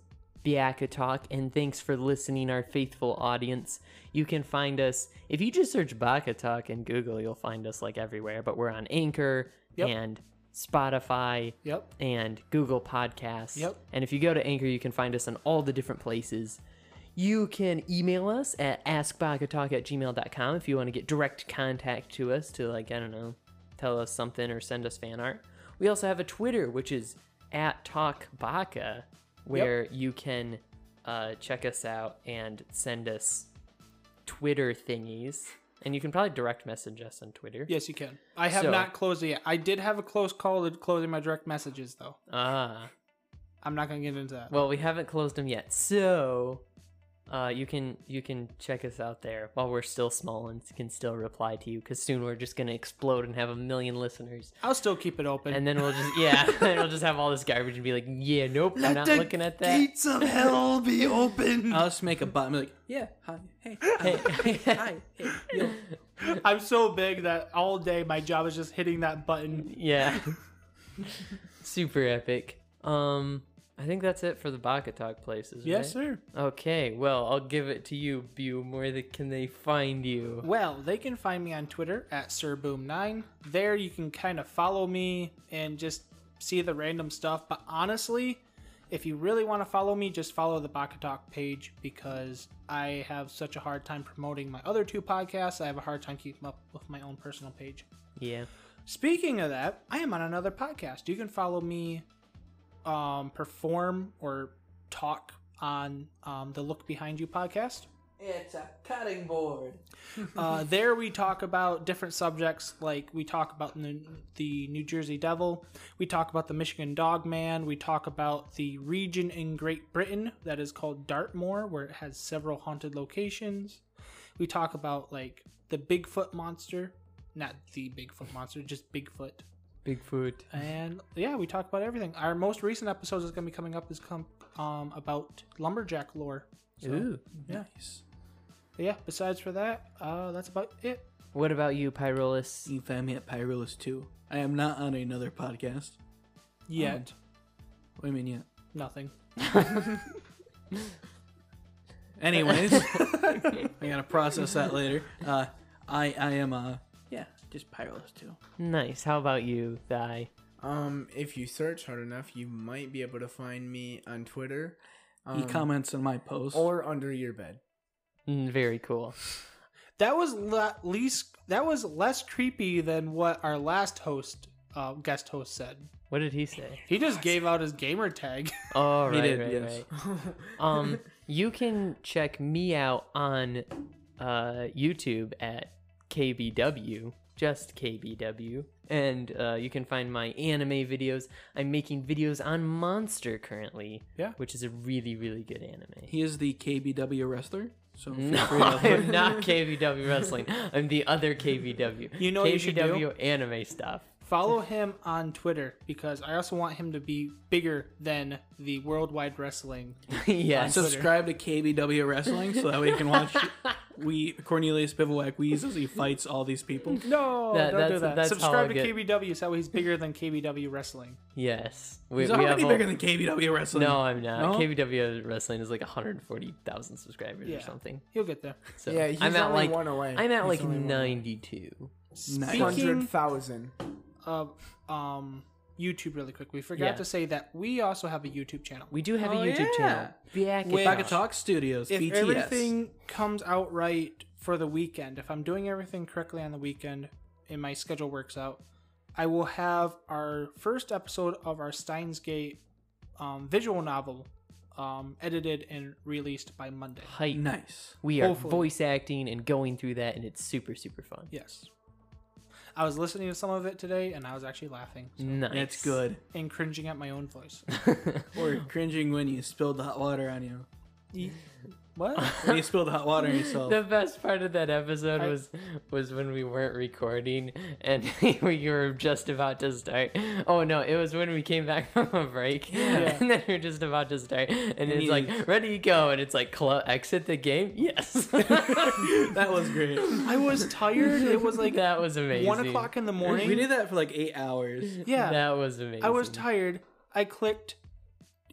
Biaka Talk, and thanks for listening, our faithful audience. You can find us if you just search Baka Talk in Google, you'll find us like everywhere. But we're on Anchor Yep. and Spotify yep and Google Podcasts. Yep. And if you go to Anchor, you can find us in all the different places. You can email us at askbakatalk at gmail.com if you want to get direct contact to us to, like, I don't know, tell us something or send us fan art. We also have a Twitter, which is at TalkBaka, where you can uh, check us out and send us Twitter thingies. And you can probably direct message us on Twitter. Yes, you can. I have So- not closed it yet. I did have a close call to closing my direct messages, though. Ah. I'm not going to get into that. Well, we haven't closed them yet, so uh, you can you can check us out there while we're still small and can still reply to you because soon we're just gonna explode and have a million listeners, I'll still keep it open. and then we'll just yeah, and we'll just have all this garbage and be like, yeah, nope, I'm not looking at that. gates of hell be open. I'll just make a bot. I'm like, yeah, hi, hey, hi, hi, hey, yo. I'm so big that all day my job is just hitting that button. yeah, super epic. Um, I think that's it for the Baka Talk places. Yes, right? sir. Okay, well, I'll give it to you, Bume. Where the, can they find you? Well, they can find me on Twitter at SirBoom9. There you can kind of follow me and just see the random stuff. But honestly, If you really want to follow me, just follow the Bakatalk page because I have such a hard time promoting my other two podcasts. I have a hard time keeping up with my own personal page. Yeah. Speaking of that, I am on another podcast. You can follow me um, perform or talk on um, the Look Behind You podcast. It's a cutting board. Uh, there we talk about different subjects, like we talk about the, the New Jersey Devil, we talk about the Michigan Dog Man, we talk about the region in Great Britain that is called Dartmoor, where it has several haunted locations. We talk about like the Bigfoot monster, not the Bigfoot monster, just Bigfoot. Bigfoot. And yeah, we talk about everything. Our most recent episode is going to be coming up is com- um, about lumberjack lore. So, Ooh. Nice. yeah. Besides for that, uh, that's about it. What about you, Pyrolus? You find me at Pyrolus 2. I am not on another podcast. Yet What do you mean yet? nothing. Anyways, I gotta process that later. Uh, I I am uh yeah, just Pyrolus 2. Nice. How about you, Thy? Um, if you search hard enough, you might be able to find me on Twitter. Um, he comments on my post. or under your bed. Mm, very cool. That was le- least. That was less creepy than what our last host, uh, guest host, said. What did he say? He just gave out his gamer tag. Oh, right, did, right, yes. right. um, you can check me out on uh, YouTube at KBW, just KBW, and uh, you can find my anime videos. I'm making videos on Monster currently, Yeah. which is a really, really good anime. he is the KBW wrestler. So feel No, free to- I am not KBW wrestling. I'm the other KBW. You know KBW what you should do? anime stuff. Follow him on Twitter because I also want him to be bigger than the worldwide wrestling. yes. subscribe to KBW wrestling so that way you can watch we Cornelius Bivouac Wheeze as he fights all these people. No, That- don't do that's- that. that's how I Subscribe to get- KBW so that way he's bigger than KBW wrestling. yes. We, He's we have already a- bigger than KBW wrestling. No, I'm not. No? KBW wrestling is like 140,000 subscribers or Yeah. something. He'll get there. So Yeah, he's I'm at only like one away. I'm at He's like only one away. 92. Speaking- Hundred thousand. of um YouTube really quick. We forgot Yeah. to say that we also have a YouTube channel. We do have a Oh, YouTube channel. Back Wait. Back Baka Talk Studios, if BTS. everything comes out right for the weekend, if I'm doing everything correctly on the weekend and my schedule works out, I will have our first episode of our Steins Gate um, visual novel um, edited and released by Monday. Hype. Nice. We are Hopefully. voice acting and going through that, and it's super super fun. Yes. I was listening to some of it today and I was actually laughing Nice. That's good. and cringing at my own voice. Or cringing when you spilled the hot water on you. Ye- what? When you spilled the hot water on yourself. The best part of that episode I- was was when we weren't recording and we were just about to start. Oh no, it was when we came back from a break Yeah. and then we are just about to start, and, it's you- like ready go, and it's like clo- exit the game. Yes, that was great. I was tired. It was like that was amazing. one o'clock in the morning. We did that for like eight hours. Yeah, that was amazing. I was tired. I clicked.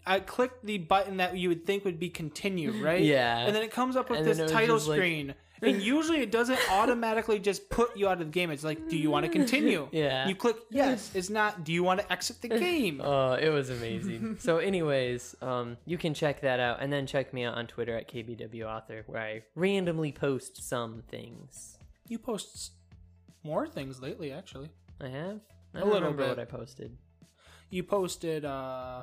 I clicked the button that you would think would be continue, right? Yeah. And then it comes up with And then this it was title just like- screen. And usually it doesn't automatically just put you out of the game. It's like, do you want to continue? Yeah. You click yes. It's not, do you want to exit the game? Oh, it was amazing. so, anyways, um, you can check that out, and then check me out on Twitter at KBW Author, where I randomly post some things. You post s- more things lately, actually. I have. I A don't little remember bit. what I posted. You posted, uh.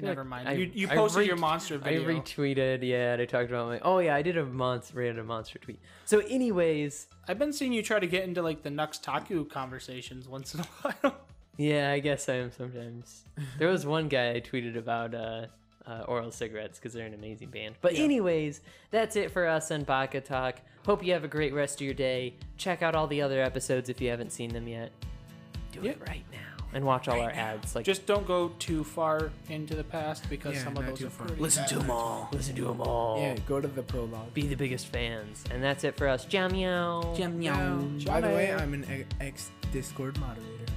Never mind. I- you, you I posted re- your monster video. I retweeted, yeah, and I talked about my. Oh yeah, I did a monster random monster tweet. So, anyways, I've been seeing you try to get into like the Nux Taku conversations once in a while. yeah, I guess I am sometimes. there was one guy I tweeted about uh, uh, oral cigarettes because they're an amazing band. But anyways, that's it for us on Baka Talk. Hope you have a great rest of your day. Check out all the other episodes if you haven't seen them yet. Do Yeah. it right now and watch all our ads. Like Just don't go too far into the past because Yeah, some of not those too are far. pretty. Listen to them all. listen to them all. Yeah, go to the prologue. Be the biggest fans, and that's it for us. Jam meow. Yum, yum. By the way, I'm an ex Discord moderator.